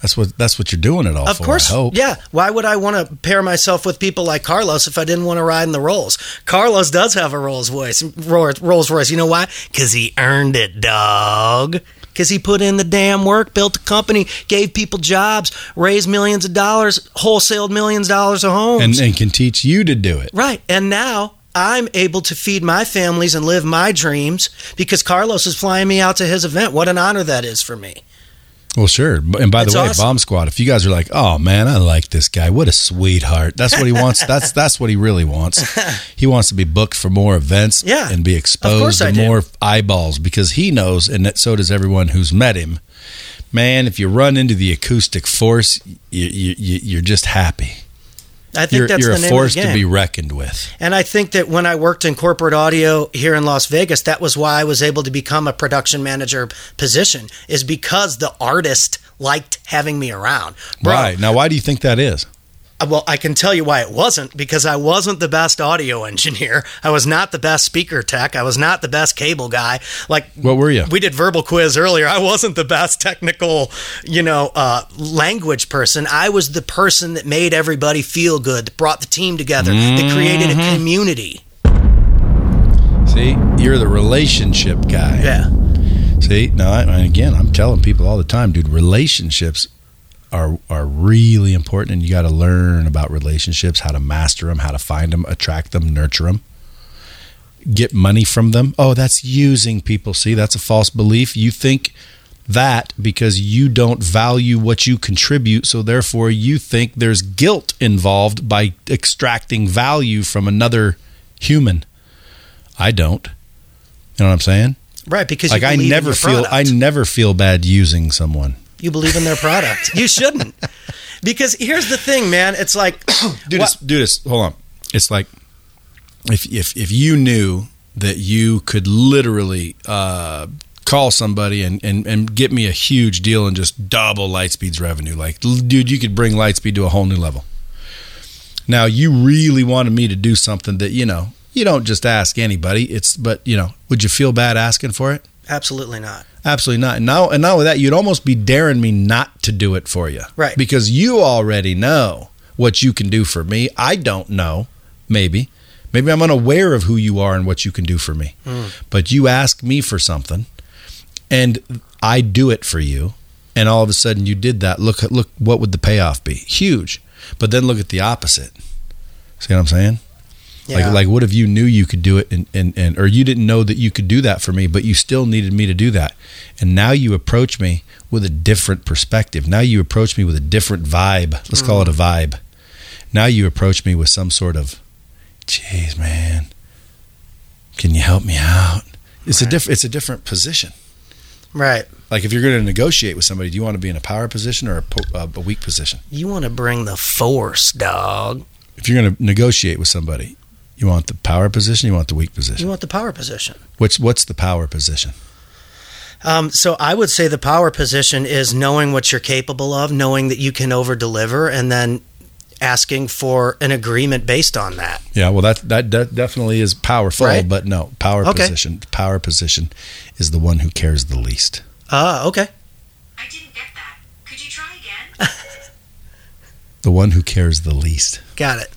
S2: That's what that's what you're doing it all
S3: Of
S2: for.
S3: course,
S2: I hope.
S3: yeah. Why would I want to pair myself with people like Carlos if I didn't want to ride in the Rolls? Carlos does have a Rolls voice, Rolls Rolls Royce. You know why? Because he earned it, dog. Because he put in the damn work, built a company, gave people jobs, raised millions of dollars, wholesaled millions of dollars of homes.
S2: And and can teach you to do it.
S3: Right. And now I'm able to feed my families and live my dreams because Carlos is flying me out to his event. What an honor that is for me.
S2: Well, sure. B- And by the
S3: It's
S2: way,
S3: awesome.
S2: Bomb Squad, if you guys are like, "Oh man, I like this guy. What a sweetheart." That's what he wants. that's that's what he really wants. He wants to be booked for more events
S3: Yeah.
S2: and be
S3: course
S2: exposed
S3: I
S2: to
S3: do.
S2: more eyeballs because he knows and that so does everyone who's met him. Man, if you run into the acoustic force, you, you, you, you're just happy.
S3: I think
S2: You're,
S3: that's
S2: you're
S3: the
S2: a
S3: name
S2: force
S3: of the game.
S2: to be reckoned with.
S3: And I think that when I worked in corporate audio here in Las Vegas, that was why I was able to become a production manager position, is because the artist liked having me around. Bro,
S2: Right. Now, why do you think that is?
S3: Well, I can tell you why it wasn't because I wasn't the best audio engineer. I was not the best speaker tech. I was not the best cable guy. Like,
S2: What were you?
S3: we did verbal quiz earlier. I wasn't the best technical, you know, uh, language person. I was the person that made everybody feel good, that brought the team together, that created a community.
S2: See, you're the relationship guy.
S3: Yeah.
S2: See, now I, and again, I'm telling people all the time, dude, relationships are are really important, and you got to learn about relationships, how to master them, how to find them, attract them, nurture them, get money from them. Oh, that's using people. See, that's a false belief. You think that because you don't value what you contribute, so therefore you think there's guilt involved by extracting value from another human. I don't. You know what I'm saying?
S3: Right, because
S2: like
S3: you
S2: I
S3: believe in
S2: never
S3: your
S2: feel I
S3: product.
S2: never feel bad using someone.
S3: you believe in their product. you shouldn't. Because here's the thing, man. It's like
S2: Dude,
S3: Wha-
S2: it's, dude, it's, hold on. It's like if if if you knew that you could literally uh, call somebody and, and and get me a huge deal and just double Lightspeed's revenue, like l- dude, you could bring Lightspeed to a whole new level. Now you really wanted me to do something that you know you don't just ask anybody. It's but you know would you feel bad asking for it?
S3: absolutely not.
S2: Absolutely not. And now, and not with that, you'd almost be daring me not to do it for you,
S3: Right.
S2: Because you already know what you can do for me. I don't know. Maybe, maybe I'm unaware of who you are and what you can do for me. But you ask me for something, and I do it for you, and all of a sudden you did that. Look, look, what would the payoff be? Huge. But then look at the opposite. See what I'm saying?
S3: Yeah.
S2: Like, like, what if you knew you could do it, and, and and or you didn't know that you could do that for me, but you still needed me to do that, and now you approach me with a different perspective. Now you approach me with a different vibe. Let's call it a vibe. Now you approach me with some sort of, "Jeez, man, can you help me out?" It's a diff- It's a different position.
S3: right.
S2: Like if you're going to negotiate with somebody, do you want to be in a power position or a, po- uh, a weak position?
S3: You want to bring the force, dog.
S2: If you're going to negotiate with somebody, you want the power position, you want the weak position.
S3: You want the power position.
S2: Which what's the power position?
S3: Um, so I would say the power position is knowing what you're capable of, knowing that you can over deliver, and then asking for an agreement based on that.
S2: Yeah, well that that de- definitely is powerful,
S3: Right.
S2: but no, power
S3: Okay.
S2: position. Power position is the one who cares the least.
S3: Ah, okay.
S6: I didn't get that. Could you try again?
S2: The one who cares the least.
S3: Got it.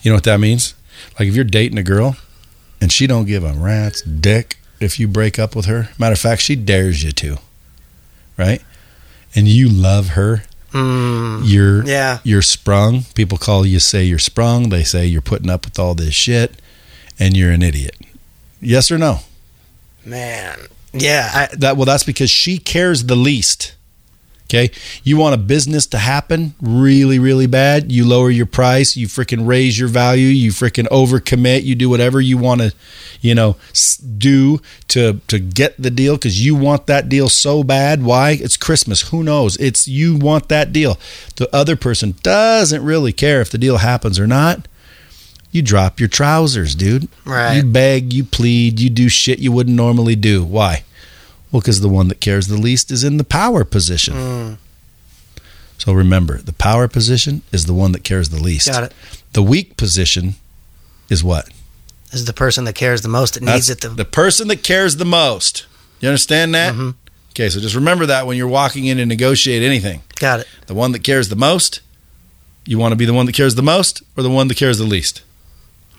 S2: You know what that means? Like if you're dating a girl and she don't give a rat's dick if you break up with her. Matter of fact, she dares you to, right? And you love her.
S3: Mm.
S2: you're
S3: yeah.
S2: you're sprung. People call you say you're sprung. They say you're putting up with all this shit, and you're an idiot. Yes or no?
S3: Man. Yeah. I,
S2: That well, that's because she cares the least. Okay, you want a business to happen really, really bad. You lower your price. You freaking raise your value. You freaking overcommit. You do whatever you want to, you know, s- do to to get the deal because you want that deal so bad. Why? It's Christmas. Who knows? It's you want that deal. The other person doesn't really care if the deal happens or not. You drop your trousers, dude.
S3: Right.
S2: You beg. You plead. You do shit you wouldn't normally do. Why? Well, because the one that cares the least is in the power position.
S3: Mm.
S2: So remember, the power position is the one that cares the least.
S3: got it.
S2: The weak position is what?
S3: Is the person that cares the most that needs it
S2: That's
S3: the, Mm-hmm.
S2: the person that cares the most. You understand that? Okay, so just remember that when you're walking in and negotiate anything.
S3: Got it.
S2: The one that cares the most, you want to be the one that cares the most or the one that cares the least?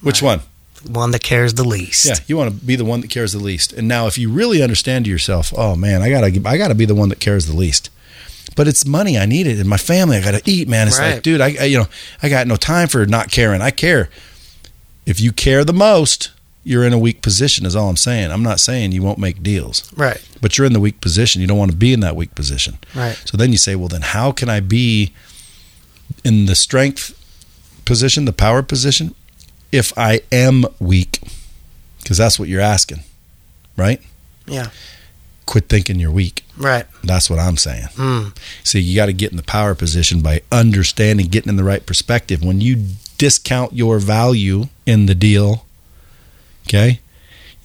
S2: Which one?
S3: One that cares the least.
S2: Yeah, you want to be the one that cares the least. And now, if you really understand to yourself, oh man, I gotta, I gotta be the one that cares the least. But it's money I need it, and my family I gotta eat, man. It's like,
S3: Right.
S2: dude, I, I, you know, I got no time for not caring. I care. If you care the most, you're in a weak position. Is all I'm saying. I'm not saying you won't make deals,
S3: Right.
S2: but you're in the weak position. You don't want to be in that weak position.
S3: Right.
S2: So then you say, well, then how can I be in the strength position, the power position, if I am weak? Because that's what you're asking, right?
S3: Yeah.
S2: Quit thinking you're weak.
S3: Right.
S2: That's what I'm saying.
S3: Mm.
S2: See, you got to get in the power position by understanding, getting in the right perspective. When you discount your value in the deal, okay,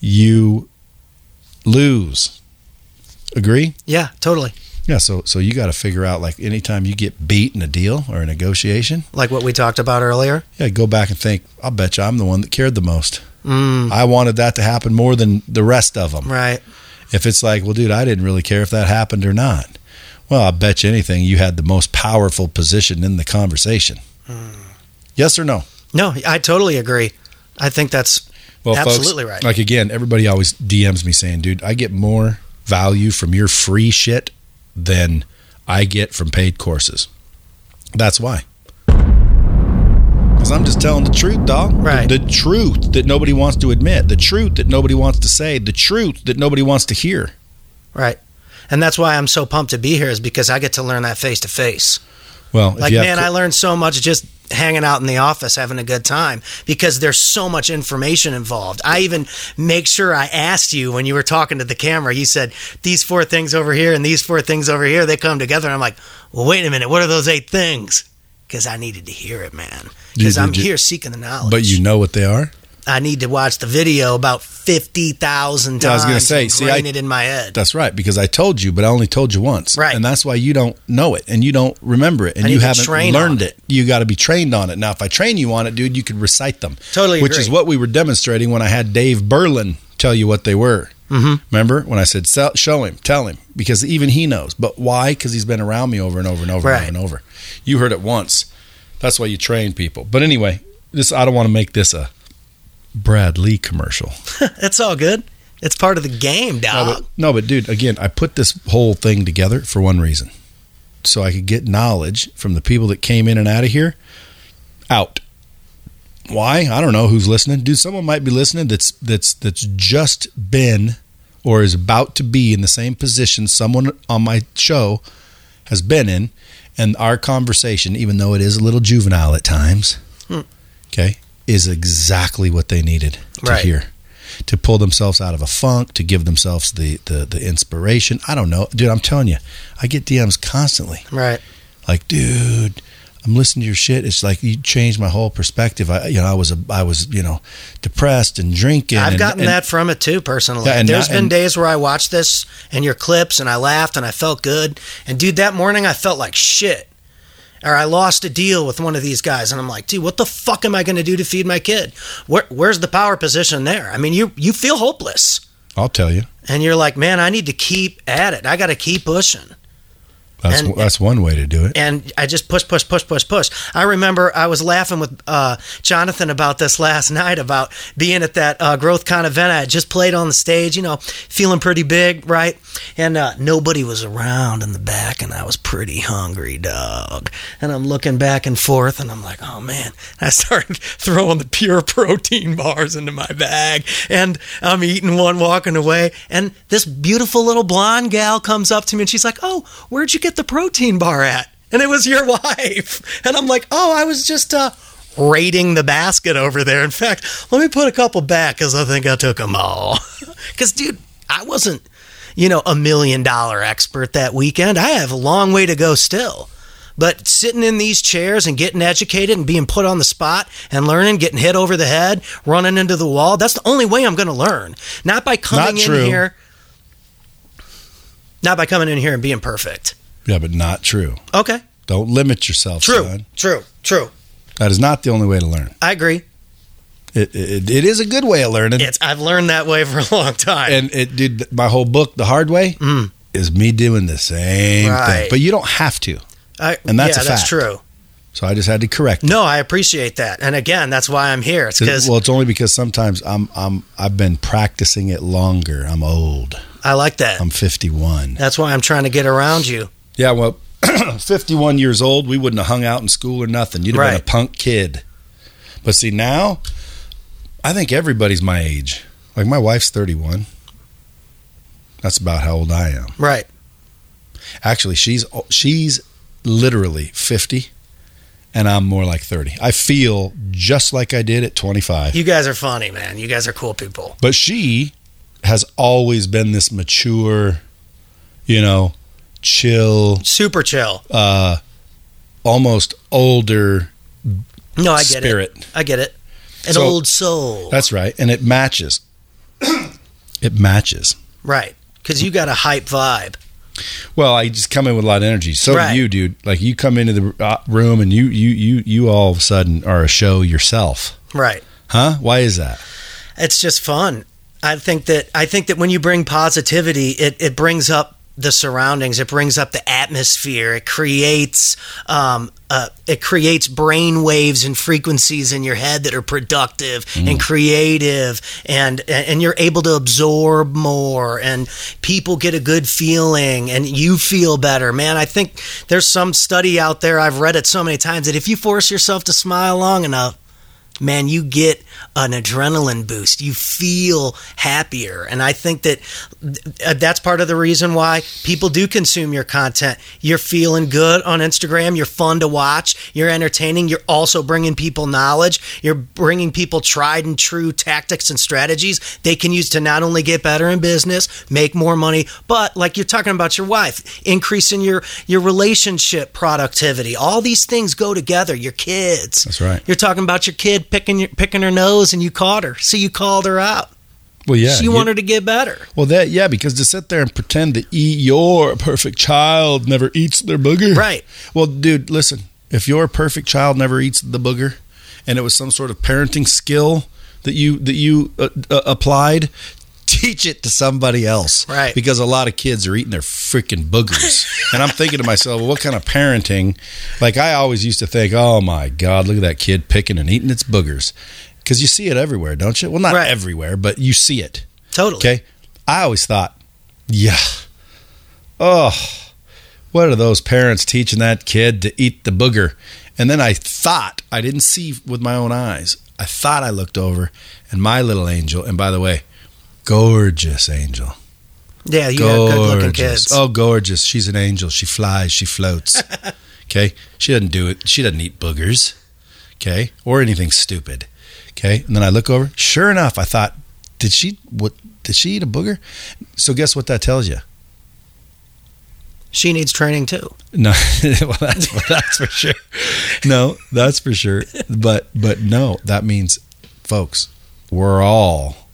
S2: you lose. Agree?
S3: Yeah. Totally.
S2: Yeah, so so you got to figure out like anytime you get beat in a deal or a negotiation,
S3: Like what we talked about earlier.
S2: yeah, go back and think. I'll bet you I'm the one that cared the most.
S3: Mm.
S2: I wanted that to happen more than the rest of them.
S3: Right.
S2: If it's like, well, dude, I didn't really care if that happened or not. Well, I bet you anything, you had the most powerful position in the conversation. Yes or no?
S3: No, I totally agree. I think that's
S2: Well,
S3: Absolutely
S2: folks,
S3: right.
S2: Like again, everybody always DMs me saying, "Dude, I get more value from your free shit than I get from paid courses." That's why. Because I'm just telling the truth, dog.
S3: Right.
S2: The, the truth that nobody wants to admit, the truth that nobody wants to say, the truth that nobody wants to hear.
S3: right. And that's why I'm so pumped to be here is because I get to learn that face to face.
S2: Well,
S3: Like, man, I learned so much just hanging out in the office, having a good time because there's so much information involved. I even make sure I asked you when you were talking to the camera, you said, these four things over here and these four things over here, they come together. And I'm like, well, wait a minute, what are those eight things? Because I needed to hear it, man. Because
S2: You-
S3: I'm
S2: you-
S3: here seeking the knowledge.
S2: but you know what they are.
S3: I need to watch the video about 50,000 times.
S2: Yeah, I was gonna say,
S3: and
S2: see,
S3: grain
S2: I-
S3: it in my head.
S2: That's right, because I told you, but I only told you once.
S3: Right.
S2: And that's why you don't know it and you don't remember it and
S3: I
S2: you
S3: need to
S2: haven't
S3: train
S2: learned
S3: on
S2: it. You got to be trained on it. Now, if I train you on it, dude, you could recite them.
S3: Totally
S2: Which
S3: agree.
S2: is what we were demonstrating when I had Dave Berlin tell you what they were. Mm-hmm. Remember when I said, "Sell- show him, tell him, because even he knows. But why? Because he's been around me over and over and over
S3: Right.
S2: and over and over. You heard it once. That's why you train people. But anyway, this I don't want to make this a Brad Lee commercial.
S3: That's all good. It's part of the game, dog.
S2: No but, no, but dude, again, I put this whole thing together for one reason. So I could get knowledge from the people that came in and out of here out. Why? I don't know who's listening. Dude, someone might be listening that's that's that's just been or is about to be in the same position someone on my show has been in and our conversation, even though it is a little juvenile at times,
S3: Hmm.
S2: okay, is exactly what they needed to
S3: Right.
S2: hear to pull themselves out of a funk, to give themselves the, the the inspiration. I don't know, dude. I'm telling you, I get DMs constantly.
S3: right.
S2: Like, dude, I'm listening to your shit. It's like you changed my whole perspective. I, you know, I was a, I was, you know, depressed and drinking.
S3: I've
S2: and-
S3: gotten
S2: and-
S3: that from it too, personally.
S2: Yeah,
S3: There's
S2: and not-
S3: been
S2: and-
S3: days where I watched this and your clips and I laughed and I felt good. And dude, that morning I felt like shit. Or I lost a deal with one of these guys, and I'm like, dude, what the fuck am I going to do to feed my kid? Where, where's the power position there? I mean, you you feel hopeless,
S2: I'll tell you.
S3: and you're like, man, I need to keep at it. I got to keep pushing.
S2: That's
S3: And-
S2: that's one way to do it.
S3: and I just push, push, push, push, push. I remember I was laughing with uh, Jonathan about this last night about being at that uh, GrowthCon event. I had just played on the stage, you know, feeling pretty big, right? And uh, nobody was around in the back, and I was pretty hungry, dog. And I'm looking back and forth, and I'm like, oh man. I started throwing the pure protein bars into my bag, and I'm eating one, walking away, and this beautiful little blonde gal comes up to me, and she's like, oh, where'd you get the protein bar at? and it was your wife. And I'm like, oh, I was just uh, raiding the basket over there. In fact, let me put a couple back because I think I took them all. Because, dude, I wasn't, you know, a million dollar expert that weekend. I have a long way to go still. But sitting in these chairs and getting educated and being put on the spot and learning, getting hit over the head, running into the wall, that's the only way I'm going to learn. Not by coming
S2: Not
S3: in
S2: true.
S3: here. Not by coming in here and being perfect.
S2: Yeah, but not true.
S3: Okay.
S2: Don't limit yourself.
S3: True.
S2: son.
S3: True. True.
S2: That is not the only way to learn.
S3: I agree.
S2: It, it, it is a good way of learning.
S3: It's I've learned that way for a long time. Mm.
S2: and it did my whole book the hard way is me doing the same
S3: Right.
S2: thing. But you don't have to.
S3: I,
S2: and that's
S3: yeah,
S2: a
S3: that's
S2: fact.
S3: true.
S2: So I just had to correct.
S3: No, I appreciate that. And again, that's why I'm here. It's because
S2: well, it's only because sometimes I'm I'm I've been practicing it longer. I'm old.
S3: I like that.
S2: I'm 51.
S3: that's why I'm trying to get around you.
S2: Yeah, well, 51 years old, we wouldn't have hung out in school or nothing. You'd have been
S3: Right.
S2: a punk kid. But see, now I think everybody's my age. Like my wife's 31. That's about how old I am.
S3: Right.
S2: Actually, she's she's literally 50 and I'm more like 30. I feel just like I did at 25.
S3: You guys are funny, man. You guys are cool people.
S2: But she has always been this mature, you know, chill,
S3: Super chill.
S2: uh almost older
S3: No, I get
S2: spirit.
S3: it. I get it. An
S2: So- uh,
S3: old soul.
S2: That's right. And it matches. it matches.
S3: right. Because you got a hype vibe.
S2: Well, I just come in with a lot of energy. So
S3: Right.
S2: do you, dude. Like you come into the uh, room and you you you you all of a sudden are a show yourself.
S3: Right.
S2: Huh? Why is that?
S3: It's just fun. I think that I think that when you bring positivity, it, it brings up the surroundings. It brings up the atmosphere. It creates um, uh, it creates brain waves and frequencies in your head that are productive and creative, and and you're able to absorb more. And people get a good feeling, and you feel better. Man, I think there's some study out there. I've read it so many times that if you force yourself to smile long enough man, you get an adrenaline boost. You feel happier. And I think that uh, that's part of the reason why people do consume your content. You're feeling good on Instagram. You're fun to watch. You're entertaining. You're also bringing people knowledge. You're bringing people tried and true tactics and strategies they can use to not only get better in business, make more money, but like you're talking about your wife, increasing your your relationship productivity. All these things go together. Your kids.
S2: That's right.
S3: You're talking about your kid picking your, picking her nose, and you caught her. So you called her out.
S2: Well, yeah.
S3: so you, want her to get better.
S2: Well, that yeah, because to sit there and pretend that e- your perfect child never eats their booger.
S3: Right.
S2: Well, dude, listen. If your perfect child never eats the booger, and it was some sort of parenting skill that you that you uh, uh, applied, teach it to somebody else.
S3: Right.
S2: Because a lot of kids are eating their freaking boogers, and I'm thinking to myself, well, what kind of parenting? Like I always used to think, oh my God, look at that kid picking and eating its boogers, because you see it everywhere, don't you? Well, not
S3: Right.
S2: everywhere, but you see it.
S3: Totally.
S2: Okay. I always thought, yeah. Oh, what are those parents teaching that kid to eat the booger? And then I thought, I didn't see with my own eyes. I thought I looked over and my little angel, and by the way, gorgeous angel.
S3: Yeah, you have
S2: Gorgeous.
S3: good looking kids.
S2: Oh, gorgeous. She's an angel. She flies, she floats. okay. She doesn't do it. She doesn't eat boogers. Okay. Or anything stupid. Okay. And then I look over. Sure enough, I thought, did she what did she eat a booger? So guess what that tells you?
S3: She needs training too.
S2: No, well, that's, well, that's for sure. No, that's for sure. But but no, that means, folks, we're all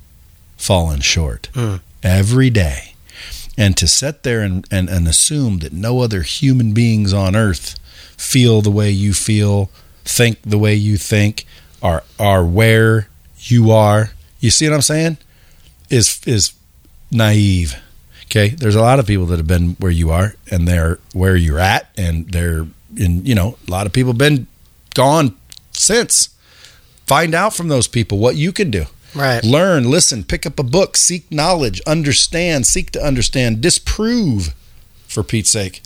S2: falling short every day. And to sit there and, and, and assume that no other human beings on earth feel the way you feel, think the way you think, are are where you are. You see what I'm saying? Is is naive. Okay. There's a lot of people that have been where you are and they're where you're at and they're in, you know, a lot of people have been gone since. Find out from those people what you can do.
S3: Right.
S2: Learn, listen, pick up a book, seek knowledge, understand, seek to understand, disprove for Pete's sake.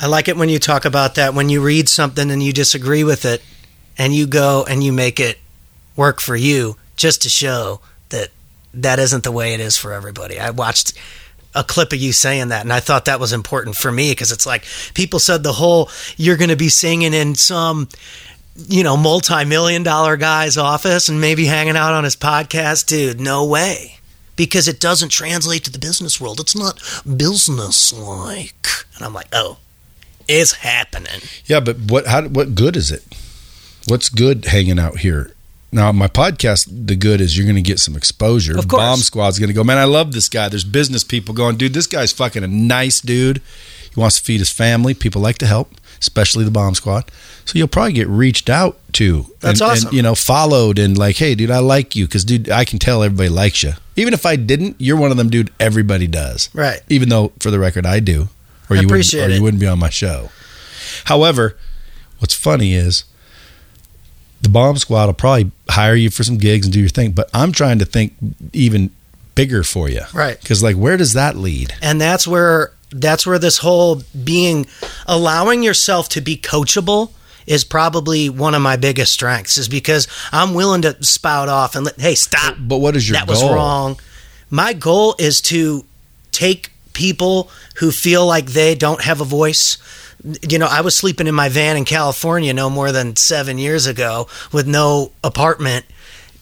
S3: I like it when you talk about that when you read something and you disagree with it and you go and you make it work for you just to show that that isn't the way it is for everybody. I watched a clip of you saying that and I thought that was important for me because it's like people said the whole you're going to be singing in some you know multi-million dollar guy's office and maybe hanging out on his podcast dude no way because it doesn't translate to the business world it's not business like and i'm like oh it's happening
S2: Yeah, but what how what good is it? What's good hanging out here? Now my podcast, the good is you're going to get some exposure.
S3: Of course.
S2: Bomb Squad's going to go, man. I love this guy. There's business people going, dude. This guy's fucking a nice dude. He wants to feed his family. People like to help, especially the Bomb Squad. So you'll probably get reached out to.
S3: That's
S2: and,
S3: awesome.
S2: And, you know, followed and like, hey, dude, I like you because, dude, I can tell everybody likes you. Even if I didn't, you're one of them, dude. Everybody does.
S3: Right.
S2: Even though, for the record, I do. Or
S3: I
S2: you wouldn't,
S3: appreciate
S2: or
S3: it.
S2: you wouldn't be on my show. However, what's funny is the bomb squad will probably hire you for some gigs and do your thing, but I'm trying to think even bigger for you.
S3: Right.
S2: Because, like, where does that lead?
S3: and that's where that's where this whole being allowing yourself to be coachable is probably one of my biggest strengths is because I'm willing to spout off and let hey stop
S2: But what is your
S3: that
S2: goal?
S3: was wrong. My goal is to take people who feel like they don't have a voice. You know, I was sleeping in my van in California no more than seven years ago with no apartment,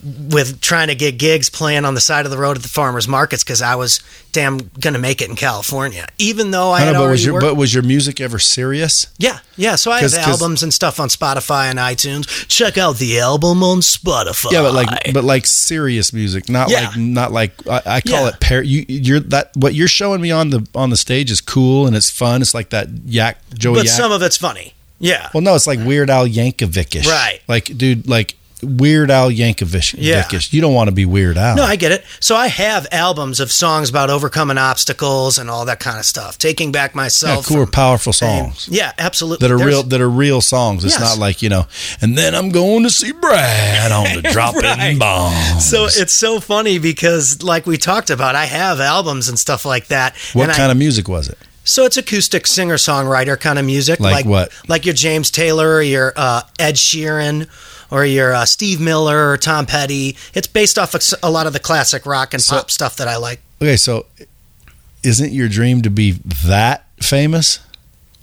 S3: with trying to get gigs playing on the side of the road at the farmers markets because I was damn gonna make it in California, even though I
S2: I
S3: had
S2: don't know, but
S3: already
S2: was your
S3: worked-
S2: but was your music ever serious?
S3: yeah, yeah. So I
S2: 'Cause-
S3: have
S2: 'cause-
S3: albums and stuff on Spotify and iTunes. Check out the album on Spotify.
S2: Yeah, but like but like serious music, not
S3: Yeah.
S2: like not like I, I call
S3: Yeah.
S2: it par. You you're that what you're showing me on the on the stage is cool and it's fun. It's like that yak Joey.
S3: but
S2: Yak.
S3: some of it's funny. Yeah.
S2: Well, no, it's like Weird Al Yankovic ish.
S3: Right.
S2: Like, dude, like Weird Al Yankovic.
S3: Yeah.
S2: You don't want to be Weird Al.
S3: No, I get it. So I have albums of songs about overcoming obstacles and all that kind of stuff. Taking back
S2: yeah,
S3: myself.
S2: cool,
S3: from
S2: powerful
S3: fame.
S2: songs
S3: Yeah, absolutely.
S2: that are
S3: There's-
S2: real. That are real songs. It's
S3: Yes.
S2: not like you know. And then I'm going to see Brad on the dropping
S3: Right.
S2: bombs.
S3: So it's so funny because, like we talked about, I have albums and stuff like that.
S2: what
S3: and I-
S2: kind of music was it?
S3: So it's acoustic singer songwriter kind of music,
S2: Like what?
S3: Like your James Taylor, or your uh, Ed Sheeran, or your uh, Steve Miller, or Tom Petty. It's based off of s- a lot of the classic rock and pop stuff that I like.
S2: Okay, so isn't your dream to be that famous?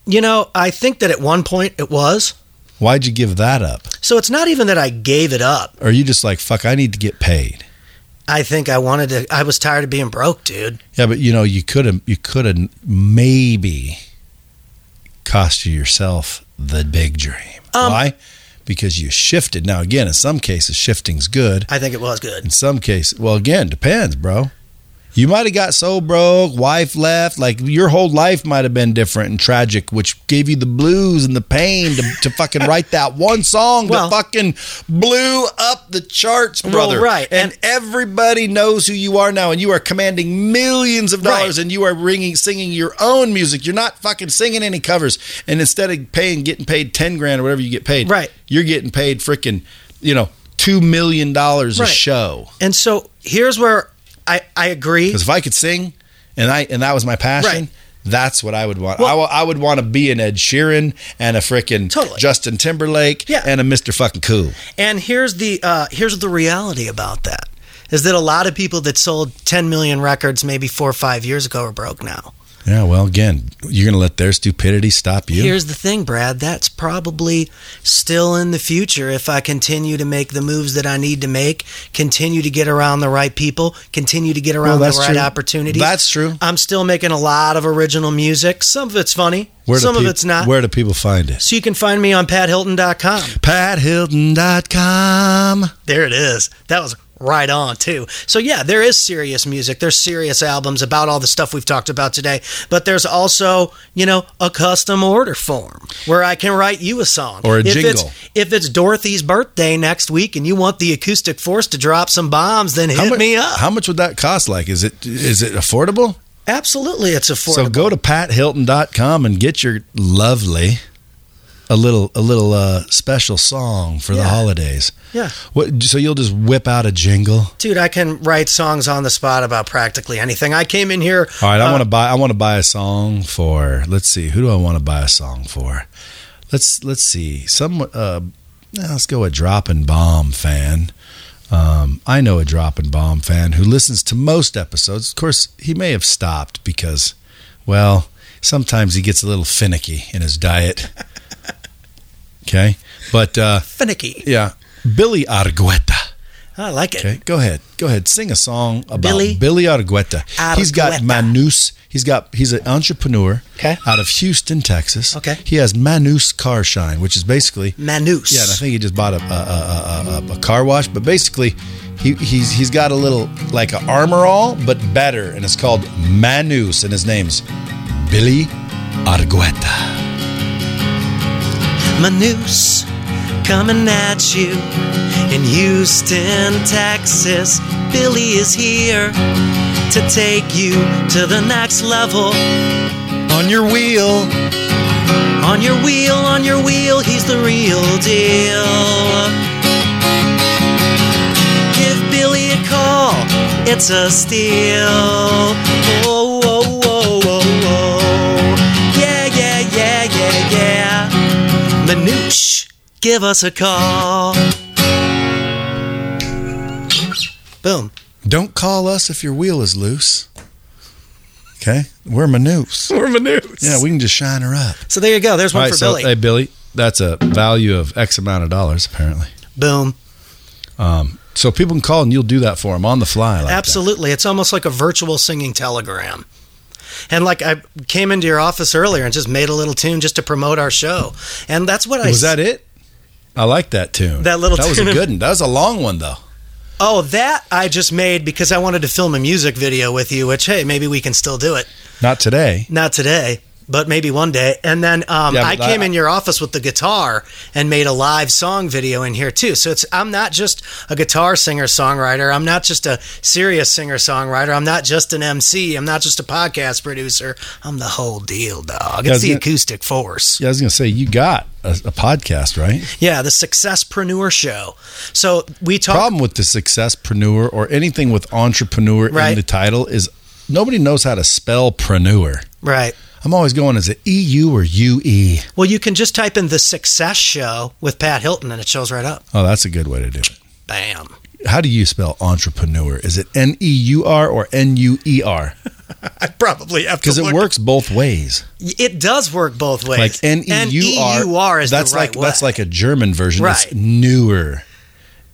S3: You know, I think that at one point it was.
S2: Why'd you give that up?
S3: So it's not even that I gave it up.
S2: Or are you just like fuck? I need to get paid.
S3: I think I wanted to. I was tired of being broke, dude.
S2: Yeah, but you know, you could have you could have maybe cost you yourself the big dream.
S3: Um,
S2: Why? Because you shifted. Now again, in some cases shifting's good.
S3: I think it was good.
S2: In some cases, well again, depends, bro. You might have got so broke, wife left, like your whole life might have been different and tragic, which gave you the blues and the pain to, to fucking write that one song
S3: Well-
S2: that fucking blew up the charts, brother.
S3: right,
S2: And,
S3: and-
S2: everybody knows who you are now, and you are commanding millions of dollars,
S3: Right.
S2: and you are ringing, singing your own music. You're not fucking singing any covers. And instead of paying, getting paid 10 grand or whatever you get paid,
S3: Right.
S2: you're getting paid freaking, you know, $2 million a
S3: Right.
S2: show.
S3: And so here's where I I agree.
S2: Because if I could sing, and I and that was my passion,
S3: Right.
S2: that's what I would want. I
S3: Well-
S2: wa- I would want to be an Ed Sheeran and a freaking
S3: Totally.
S2: Justin Timberlake
S3: Yeah.
S2: and a Mr. Fucking Cool.
S3: And here's the uh, here's the reality about that is that a lot of people that sold 10 million records maybe four or five years ago are broke now.
S2: Yeah. Well, again, you're gonna let their stupidity stop you.
S3: Here's the thing, Brad. That's probably still in the future if I continue to make the moves that I need to make, continue to get around the right people, continue to get around
S2: that's
S3: the right
S2: true.
S3: opportunities.
S2: That's true.
S3: I'm still making a lot of original music. Some of it's funny,
S2: Where do
S3: some of
S2: peop-
S3: it's not.
S2: Where do people find us?
S3: So you can find me on pathilton.com.
S2: PatHilton.com.
S3: There it is. That was right on, too. So, yeah, there is serious music. There's serious albums about all the stuff we've talked about today. But there's also, you know, a custom order form where I can write you a song
S2: Or a
S3: if
S2: jingle.
S3: It's, if it's Dorothy's birthday next week and you want the acoustic force to drop some bombs, then hit
S2: mu-
S3: me up.
S2: How much would that cost? Like, is it is it affordable?
S3: Absolutely, it's affordable.
S2: So go to pathilton.com and get your lovely a little a little uh, special song for the
S3: Yeah.
S2: holidays.
S3: Yeah.
S2: What so you'll just whip out a jingle?
S3: Dude, I can write songs on the spot about practically anything. I came in here.
S2: All right, I
S3: uh,
S2: want to buy I want to buy a song for let's see who do I want to buy a song for? Let's let's see. Some uh nah, let's go a dropping bomb fan. Um, I know a dropping bomb fan who listens to most episodes. Of course, he may have stopped because well, sometimes he gets a little finicky in his diet. Okay? But uh
S3: finicky.
S2: yeah, Billy Argueta.
S3: I like it.
S2: Okay, go ahead. Go ahead. Sing a song about Billy,
S3: Billy?
S2: Argueta. He's got
S3: Argueta.
S2: Manus. He's got he's an entrepreneur
S3: Okay.
S2: out of Houston, Texas.
S3: Okay.
S2: He has Manus Car Shine, which is basically
S3: Manus.
S2: yeah, and I think he just bought a a, a, a, a, a car wash, but basically he, he's he's got a little like a armor all, but better, and it's called Manus, and his name's Billy Argueta.
S3: My noose coming at you in Houston, Texas. Billy is here to take you to the next level.
S2: On your wheel.
S3: On your wheel, on your wheel, he's the real deal. Give Billy a call, it's a steal. Oh, Whoa, whoa, whoa, whoa, whoa. oh, Yeah, yeah, yeah, yeah, yeah. Manoosh, give us a call. Boom.
S2: Don't call us if your wheel is loose. Okay? We're Manus.
S3: We're Manoosh.
S2: Yeah, we can just shine her up.
S3: So there you go. There's one for Billy.
S2: hey Billy, that's a value of X amount of dollars apparently.
S3: Boom.
S2: So people can call and you'll do that for them on the fly. Like
S3: Absolutely. It's almost like a virtual singing telegram. And like I came into your office earlier and just made a little tune just to promote our show. And that's what I
S2: That. Was
S3: s-
S2: that it? I like that tune.
S3: That little
S2: That was a
S3: tune.
S2: good one. That was a long one though.
S3: Oh, that I just made because I wanted to film a music video with you, which hey, maybe we can still do it.
S2: Not today.
S3: Not today, but maybe one day. And then um,
S2: Yeah,
S3: I
S2: but
S3: came
S2: I-
S3: in your office with the guitar and made a live song video in here too. So it's I'm not just a guitar singer songwriter. I'm not just a serious singer songwriter. I'm not just an MC. I'm not just a podcast producer. I'm the whole deal, dog.
S2: Yeah,
S3: It's
S2: isn't
S3: the
S2: it-
S3: acoustic force.
S2: Yeah, I was gonna say you got a, a podcast, right?
S3: Yeah, the Successpreneur Show. So we talk.
S2: Problem with the successpreneur or anything with entrepreneur in
S3: Right.
S2: the title is nobody knows how to spell preneur.
S3: Right.
S2: I'm always going, is it E U or U E?
S3: Well, you can just type in the Success Show with Pat Hilton, and it shows right up.
S2: Oh, that's a good way to do it.
S3: Bam.
S2: How do you spell entrepreneur? Is it N E U R or N U E R?
S3: I probably have
S2: Because it works both ways.
S3: It does work both ways.
S2: Like N E U R.
S3: N-E-U-R is
S2: that's
S3: the right
S2: like
S3: way.
S2: that's like a German version. It's
S3: Right.
S2: newer,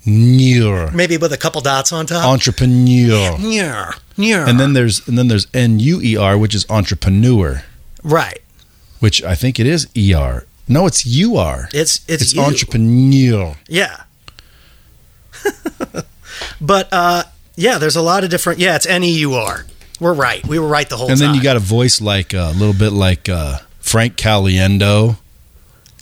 S2: newer
S3: maybe with a couple dots on top.
S2: entrepreneur.
S3: Yeah, yeah.
S2: And then there's and then there's N U E R, which is entrepreneur,
S3: right,
S2: which I think it is E R. No, it's U R.
S3: it's it's,
S2: It's
S3: you.
S2: entrepreneur.
S3: Yeah. but uh, yeah, there's a lot of different. Yeah, it's N E U R. We're right. We were right the whole
S2: And
S3: time.
S2: then you got a voice like a little bit like uh, Frank Caliendo.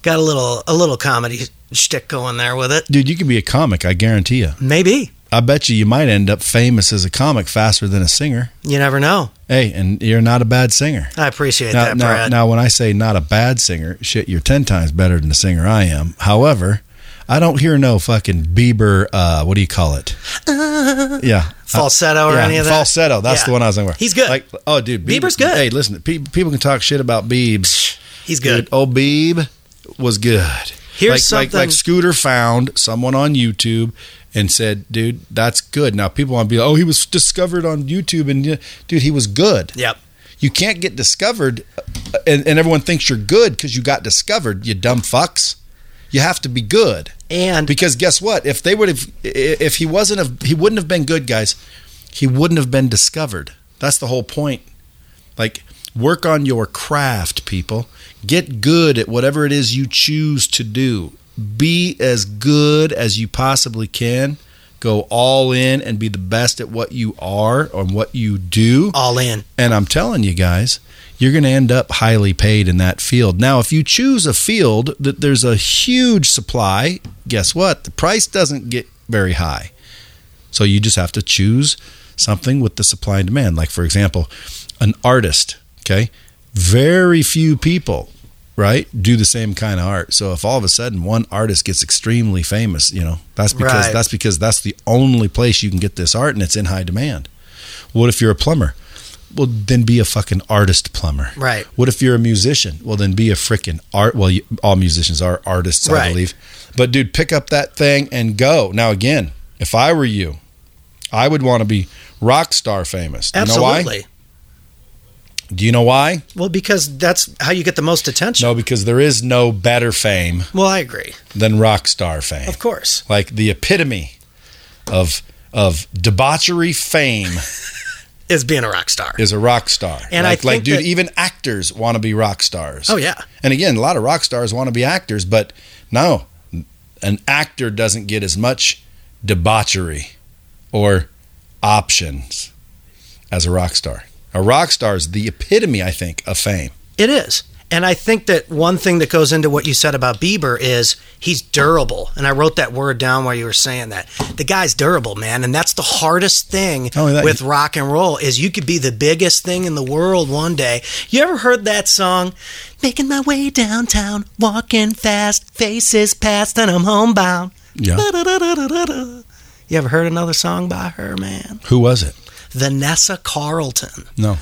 S3: got a little a little comedy shtick going there with it.
S2: Dude, you can be a comic. I guarantee you.
S3: Maybe
S2: I bet you you might end up famous as a comic faster than a singer.
S3: you never know.
S2: Hey, and you're not a bad singer.
S3: I appreciate
S2: Now,
S3: that,
S2: now,
S3: Brad.
S2: now, when I say not a bad singer, shit, you're ten times better than the singer I am. However, I don't hear no fucking Bieber. Uh, what do you call it? yeah, Uh,
S3: Falsetto Uh, or
S2: yeah,
S3: any of that.
S2: falsetto. That's
S3: Yeah.
S2: the one I was thinking. about.
S3: He's good.
S2: Like, oh, dude, Bieber-
S3: Bieber's good.
S2: Hey, listen, pe- people can talk shit about Biebs.
S3: He's good.
S2: Dude, oh, Bieb was good.
S3: Here's
S2: like, like,
S3: something-
S2: like Scooter found someone on YouTube and said, "Dude, that's good." Now people want to be, like, "Oh, he was discovered on YouTube," and yeah, dude, he was good.
S3: Yep.
S2: You can't get discovered, uh, and, and everyone thinks you're good because you got discovered. You dumb fucks. You have to be good.
S3: And
S2: Because guess what? If they would have, i- if he wasn't, have, he wouldn't have been good, guys. He wouldn't have been discovered. That's the whole point. Like, work on your craft, people. Get good at whatever it is you choose to do. Be as good as you possibly can. Go all in and be the best at what you are or what you do.
S3: all in.
S2: And I'm telling you guys, you're going to end up highly paid in that field. Now, if you choose a field that there's a huge supply, guess what? The price doesn't get very high. So you just have to choose something with the supply and demand. Like, for example, an artist, okay? Very few people, right, do the same kind of art. So if all of a sudden one artist gets extremely famous, you know, that's because
S3: Right.
S2: that's because that's the only place you can get this art and it's in high demand. What if you're a plumber? Well, then be a fucking artist plumber.
S3: Right.
S2: What if you're a musician? Well, then be a freaking art. Well, you, all musicians are artists, I
S3: Right.
S2: believe. But dude, pick up that thing and go. Now, again, if I were you, I would want to be rock star famous. Do You know
S3: Absolutely.
S2: why? Do you know why?
S3: Well, because that's how you get the most attention.
S2: No, because there is no better fame
S3: Well, I agree.
S2: than rock star fame.
S3: Of course.
S2: Like the epitome of of debauchery fame
S3: Is being a rock star.
S2: is a rock star.
S3: And I
S2: like, like
S3: think
S2: dude,
S3: that-
S2: even actors want to be rock stars.
S3: Oh, yeah.
S2: And again, a lot of rock stars want to be actors, but no, an actor doesn't get as much debauchery or options as a rock star. A rock star is the epitome, I think, of fame.
S3: It is. And I think that one thing that goes into what you said about Bieber is he's durable. And I wrote that word down while you were saying that. The guy's durable, man. And that's the hardest thing
S2: Not only that,
S3: with
S2: he-
S3: rock and roll is you could be the biggest thing in the world one day. You ever heard that song? Making my way downtown, walking fast, faces past, and I'm homebound.
S2: Yeah.
S3: Da-da-da-da-da-da. You ever heard another song by her, man?
S2: Who was it?
S3: Vanessa Carlton.
S2: No.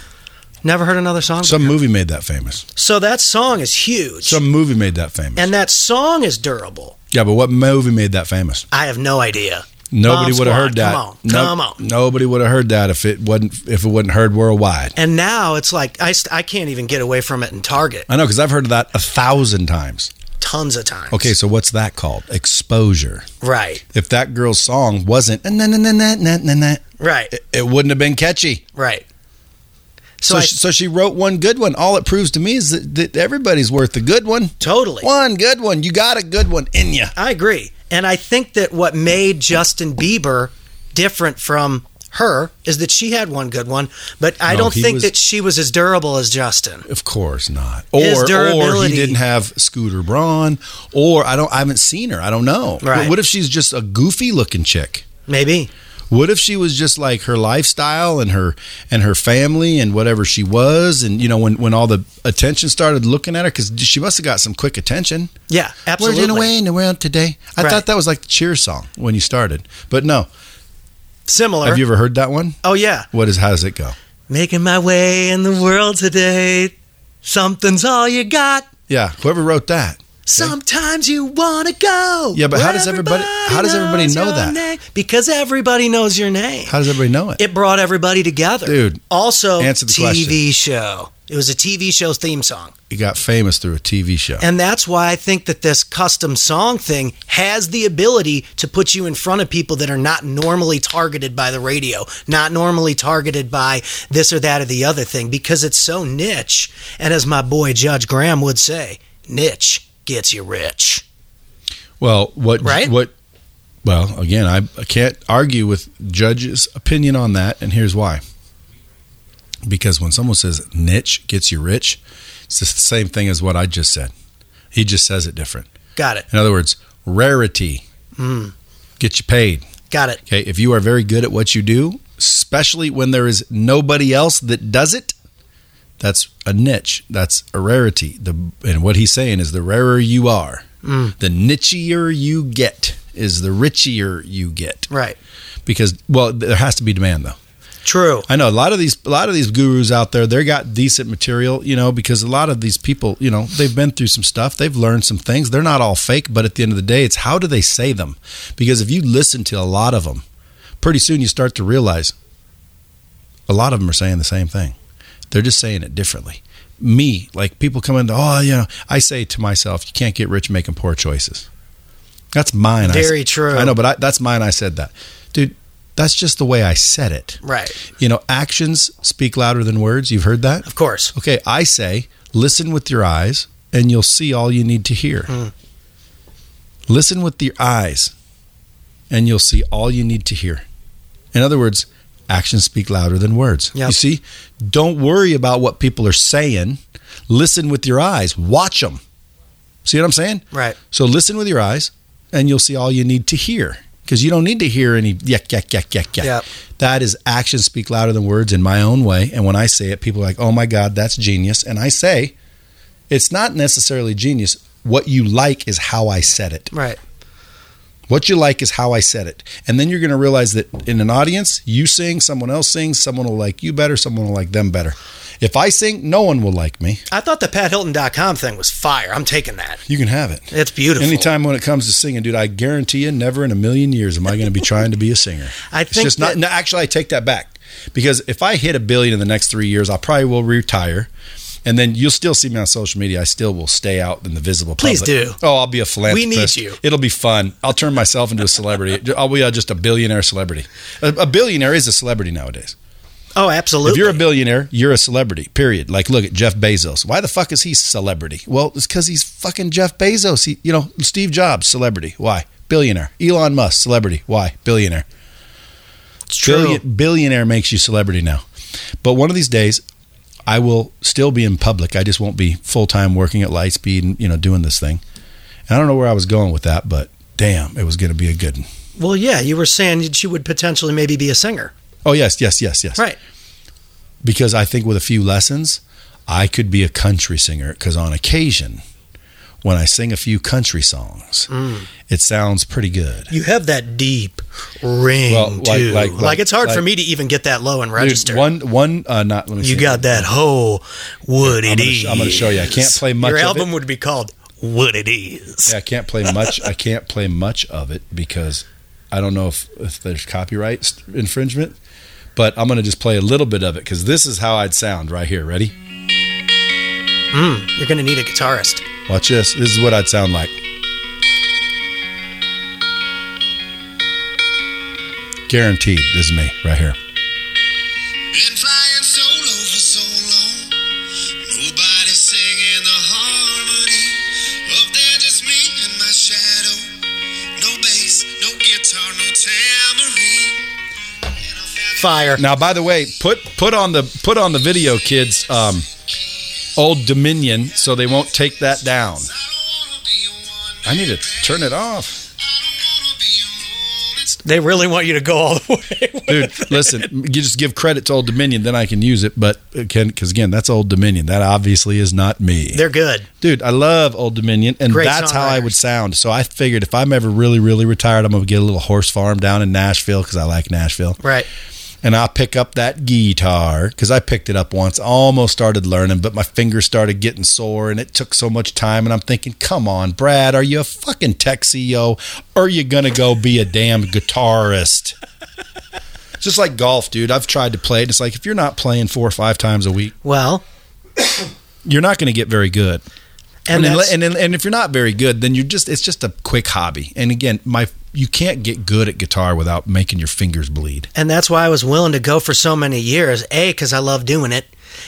S3: Never heard another song?
S2: Some movie made that famous.
S3: so that song is huge.
S2: Some movie made that famous.
S3: And that song is durable.
S2: yeah, but what movie made that famous?
S3: I have no idea.
S2: Nobody
S3: Bomb
S2: would have
S3: Squad,
S2: heard that.
S3: come on,
S2: No-
S3: come on.
S2: Nobody would have heard that if it wasn't if it wasn't heard worldwide.
S3: And now it's like I, st- I can't even get away from it in Target
S2: I know because I've heard of that a thousand times.
S3: tons of times.
S2: Okay, so what's that called? Exposure.
S3: Right.
S2: If that girl's song wasn't na na na na na na na,
S3: Right.
S2: it- it wouldn't have been catchy.
S3: Right. So,
S2: So,
S3: I,
S2: she, so she wrote one good one. All it proves to me is that, that everybody's worth a good one.
S3: totally.
S2: One good one. You got a good one in you.
S3: I agree. And I think that what made Justin Bieber different from her is that she had one good one, but I
S2: No,
S3: don't
S2: he
S3: think
S2: was-
S3: that she was as durable as Justin.
S2: Of course not.
S3: His
S2: Or or he
S3: durability-
S2: didn't have Scooter Braun. Or I don't. I haven't seen her. I don't know.
S3: Right.
S2: What if she's just a goofy looking chick?
S3: Maybe.
S2: What if she was just like her lifestyle and her and her family and whatever she was and you know when when all the attention started looking at her because she must have got some quick attention.
S3: Yeah, absolutely.
S2: We're in a way in the world today. I
S3: Right.
S2: thought that was like the cheer song when you started, but no.
S3: Similar.
S2: Have you ever heard that one?
S3: oh, yeah.
S2: What is how does it go?
S3: Making my way in the world today. Something's all you got.
S2: Yeah, whoever wrote that.
S3: Sometimes you want to go.
S2: Yeah, but how
S3: where
S2: does everybody- how does everybody
S3: knows
S2: know
S3: your
S2: that?
S3: name. Because everybody knows your name.
S2: How does everybody know it?
S3: It brought everybody together.
S2: Dude,
S3: Also,
S2: answer the
S3: TV show. It was a TV show theme song.
S2: It got famous through a TV show.
S3: And that's why I think that this custom song thing has the ability to put you in front of people that are not normally targeted by the radio, not normally targeted by this or that or the other thing, because it's so niche. And as my boy Judge Graham would say, niche gets you rich.
S2: Well, what
S3: Right?
S2: what well, again, I, I can't argue with judge's opinion on that and here's why. Because when someone says niche gets you rich, it's the same thing as what I just said. He just says it different.
S3: Got it.
S2: In other words, rarity
S3: Mm,
S2: gets you paid.
S3: got it.
S2: Okay, if you are very good at what you do, especially when there is nobody else that does it, that's a niche. That's a rarity. The and what he's saying is the rarer you are, the nichier you get is the richier you get.
S3: Right.
S2: Because well, there has to be demand though.
S3: True.
S2: I know a lot of these a lot of these gurus out there, they got decent material, you know, because a lot of these people, you know, they've been through some stuff, they've learned some things. They're not all fake, but at the end of the day, it's how do they say them? Because if you listen to a lot of them, pretty soon you start to realize a lot of them are saying the same thing. They're just saying it differently. Me, like people come in, oh, you know, I say to myself, you can't get rich making poor choices. That's mine. I-
S3: Very true.
S2: I know, but I, that's mine. I said that, dude. That's just the way I said it.
S3: Right.
S2: You know, actions speak louder than words. You've heard that?
S3: Of course.
S2: Okay, I say, listen with your eyes and you'll see all you need to hear. Listen with your eyes and you'll see all you need to hear. In other words, actions speak louder than words.
S3: Yep.
S2: You see, don't worry about what people are saying. Listen with your eyes, watch them. See what I'm saying?
S3: Right.
S2: So listen with your eyes and you'll see all you need to hear. because you don't need to hear any yuck, yuck, yuck, yuck, yuck.
S3: Yep.
S2: That is actions speak louder than words in my own way. And when I say it, people are like, oh my God, that's genius. And I say, it's not necessarily genius. What you like is how I said it.
S3: Right.
S2: What you like is how I said it. And then you're going to realize that in an audience, you sing, someone else sings, someone will like you better, someone will like them better. If I sing, no one will like me.
S3: I thought the PatHilton.com thing was fire. I'm taking that.
S2: You can have it.
S3: It's beautiful.
S2: Anytime when it comes to singing, dude, I guarantee you, never in a million years am I going to be trying to be a singer.
S3: I
S2: It's
S3: think
S2: just not.
S3: that-
S2: No, actually, I take that back because if I hit a billion in the next three years, I probably will retire, and then you'll still see me on social media. I still will stay out in the visible.
S3: Please
S2: public.
S3: do.
S2: Oh, I'll be a philanthropist.
S3: you.
S2: It'll be fun. I'll turn myself into a celebrity. I'll be uh, just a billionaire celebrity. A, a billionaire is a celebrity nowadays.
S3: Oh, absolutely.
S2: If you're a billionaire, you're a celebrity. Period. Like, look at Jeff Bezos. Why the fuck is he celebrity? Well, it's because he's fucking Jeff Bezos. He, you know, Steve Jobs, celebrity. Why? Billionaire. Elon Musk, celebrity. Why? Billionaire.
S3: it's true.
S2: Billion- billionaire makes you celebrity now. But one of these days, I will still be in public. I just won't be full time working at Lightspeed and you know doing this thing. And I don't know where I was going with that, but damn, it was going to be a good one.
S3: Well, yeah, you were saying that she would potentially maybe be a singer.
S2: Oh yes, yes, yes, yes.
S3: Right.
S2: because I think with a few lessons, I could be a country singer. Because on occasion, when I sing a few country songs,
S3: Mm.
S2: it sounds pretty good.
S3: You have that deep ring,
S2: Well, like-
S3: too.
S2: like-
S3: Like,
S2: like-
S3: it's hard for
S2: like-
S3: me to even get that low and register.
S2: Dude, one, one, uh, not let me.
S3: you
S2: see.
S3: got that whole what
S2: I'm
S3: it
S2: gonna sh- I'm gonna show you. I can't
S3: is.
S2: play much
S3: Your
S2: of
S3: album
S2: it.
S3: would be called What It Is.
S2: Yeah, I can't play much. I can't play much of it because I don't know if, if there's copyright st- infringement. But I'm gonna just play a little bit of it because this is how I'd sound right here. Ready?
S3: You're going to need a guitarist.
S2: Watch this. This is what I'd sound like. Guaranteed, this is me right here.
S4: Been flying solo for so long. Nobody singing the harmony. Up there, just me and my shadow. No bass, no guitar, no tambourine. And I found
S3: Fire.
S2: Now, by the way, put put on the put on the video, kids. Um, Old Dominion, so they won't take that down.
S4: I don't wanna be a one.
S2: I need to turn it off,
S4: I don't wanna be a woman.
S3: They really want you to go all the way.
S2: dude. Listen, you just give credit to Old Dominion, then I can use it. But again, because again, that's Old Dominion. That obviously is not me.
S3: They're good.
S2: Dude, I love Old Dominion, and
S3: Great
S2: that's how I
S3: songwriters.
S2: would sound. So I figured if I'm ever really, really retired, I'm gonna get a little horse farm down in Nashville because I like Nashville,
S3: Right.
S2: and I'll pick up that guitar because I picked it up once, almost started learning, but my fingers started getting sore, and it took so much time. And I'm thinking, come on, Brad, are you a fucking Texio? Or are you gonna go be a damn guitarist? Just like golf, dude. I've tried to play it. And it's like if you're not playing four or five times a week,
S3: Well,
S2: you're not gonna get very good
S3: and,
S2: and,
S3: that's-
S2: and, and and if you're not very good, then you're just it's just a quick hobby. And again, my you can't get good at guitar without making your fingers bleed.
S3: And that's why I was willing to go for so many years. A, because I love doing it.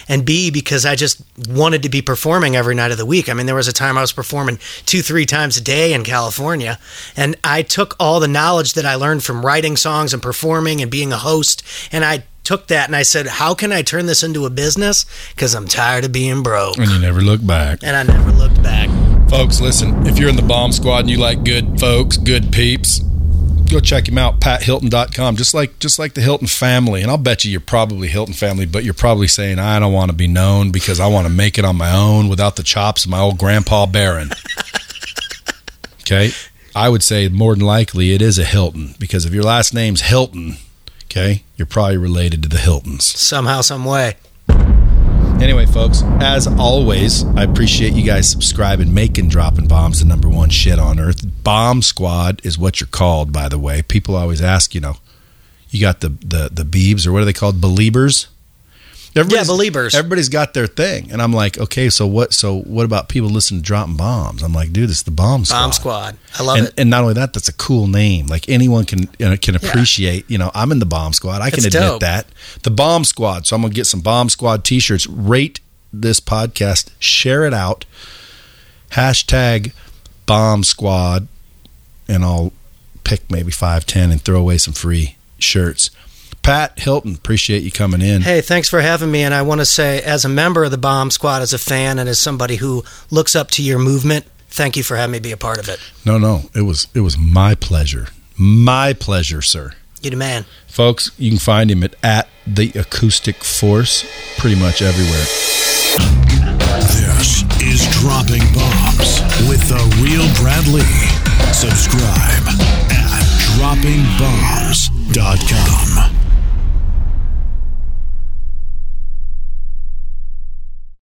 S3: And B, because I just wanted to be performing every night of the week. I mean, there was a time I was performing two, three times a day in California. And I took all the knowledge that I learned from writing songs and performing and being a host. And I took that and I said, how can I turn this into a business? Because I'm tired of being broke.
S2: And you never look back.
S3: And I never looked back.
S2: Folks, listen, if you're in the bomb squad and you like good folks, good peeps, go check him out, pathilton.com. Just like just like the Hilton family. And I'll bet you you're probably Hilton family, but you're probably saying, I don't want to be known because I want to make it on my own without the chops of my old grandpa Barron. okay. I would say more than likely it is a Hilton because if your last name's Hilton, okay, you're probably related to the Hiltons.
S3: Somehow, some way.
S2: Anyway, folks, as always, I appreciate you guys subscribing, making dropping bombs the number one shit on earth. Bomb squad is what you're called, by the way. People always ask, you know, you got the the the beebs or what are they called? Believers. Everybody's-
S3: believers.
S2: Everybody's got their thing, and I'm like, okay, so what? So what about people listening to dropping bombs? I'm like, dude, it's the bomb squad.
S3: Bomb squad. I love
S2: and,
S3: it.
S2: and not only that, that's a cool name. Like anyone can you know, can appreciate. You know, I'm in the bomb squad. I can
S3: It's
S2: admit
S3: dope.
S2: that. The bomb squad. So I'm gonna get some bomb squad t-shirts. Rate this podcast. Share it out. Hashtag bomb squad, and I'll pick maybe five, ten, and throw away some free shirts. Pat Hilton, appreciate you coming in.
S3: Hey, thanks for having me. And I want to say, as a member of the Bomb Squad, as a fan, and as somebody who looks up to your movement, thank you for having me be a part of it.
S2: No, no, it was it was my pleasure. My pleasure, sir.
S3: You the man.
S2: Folks, you can find him at, at the acoustic force pretty much everywhere.
S1: This is Dropping Bombs with the real Bradley. Subscribe at droppingbombs.com.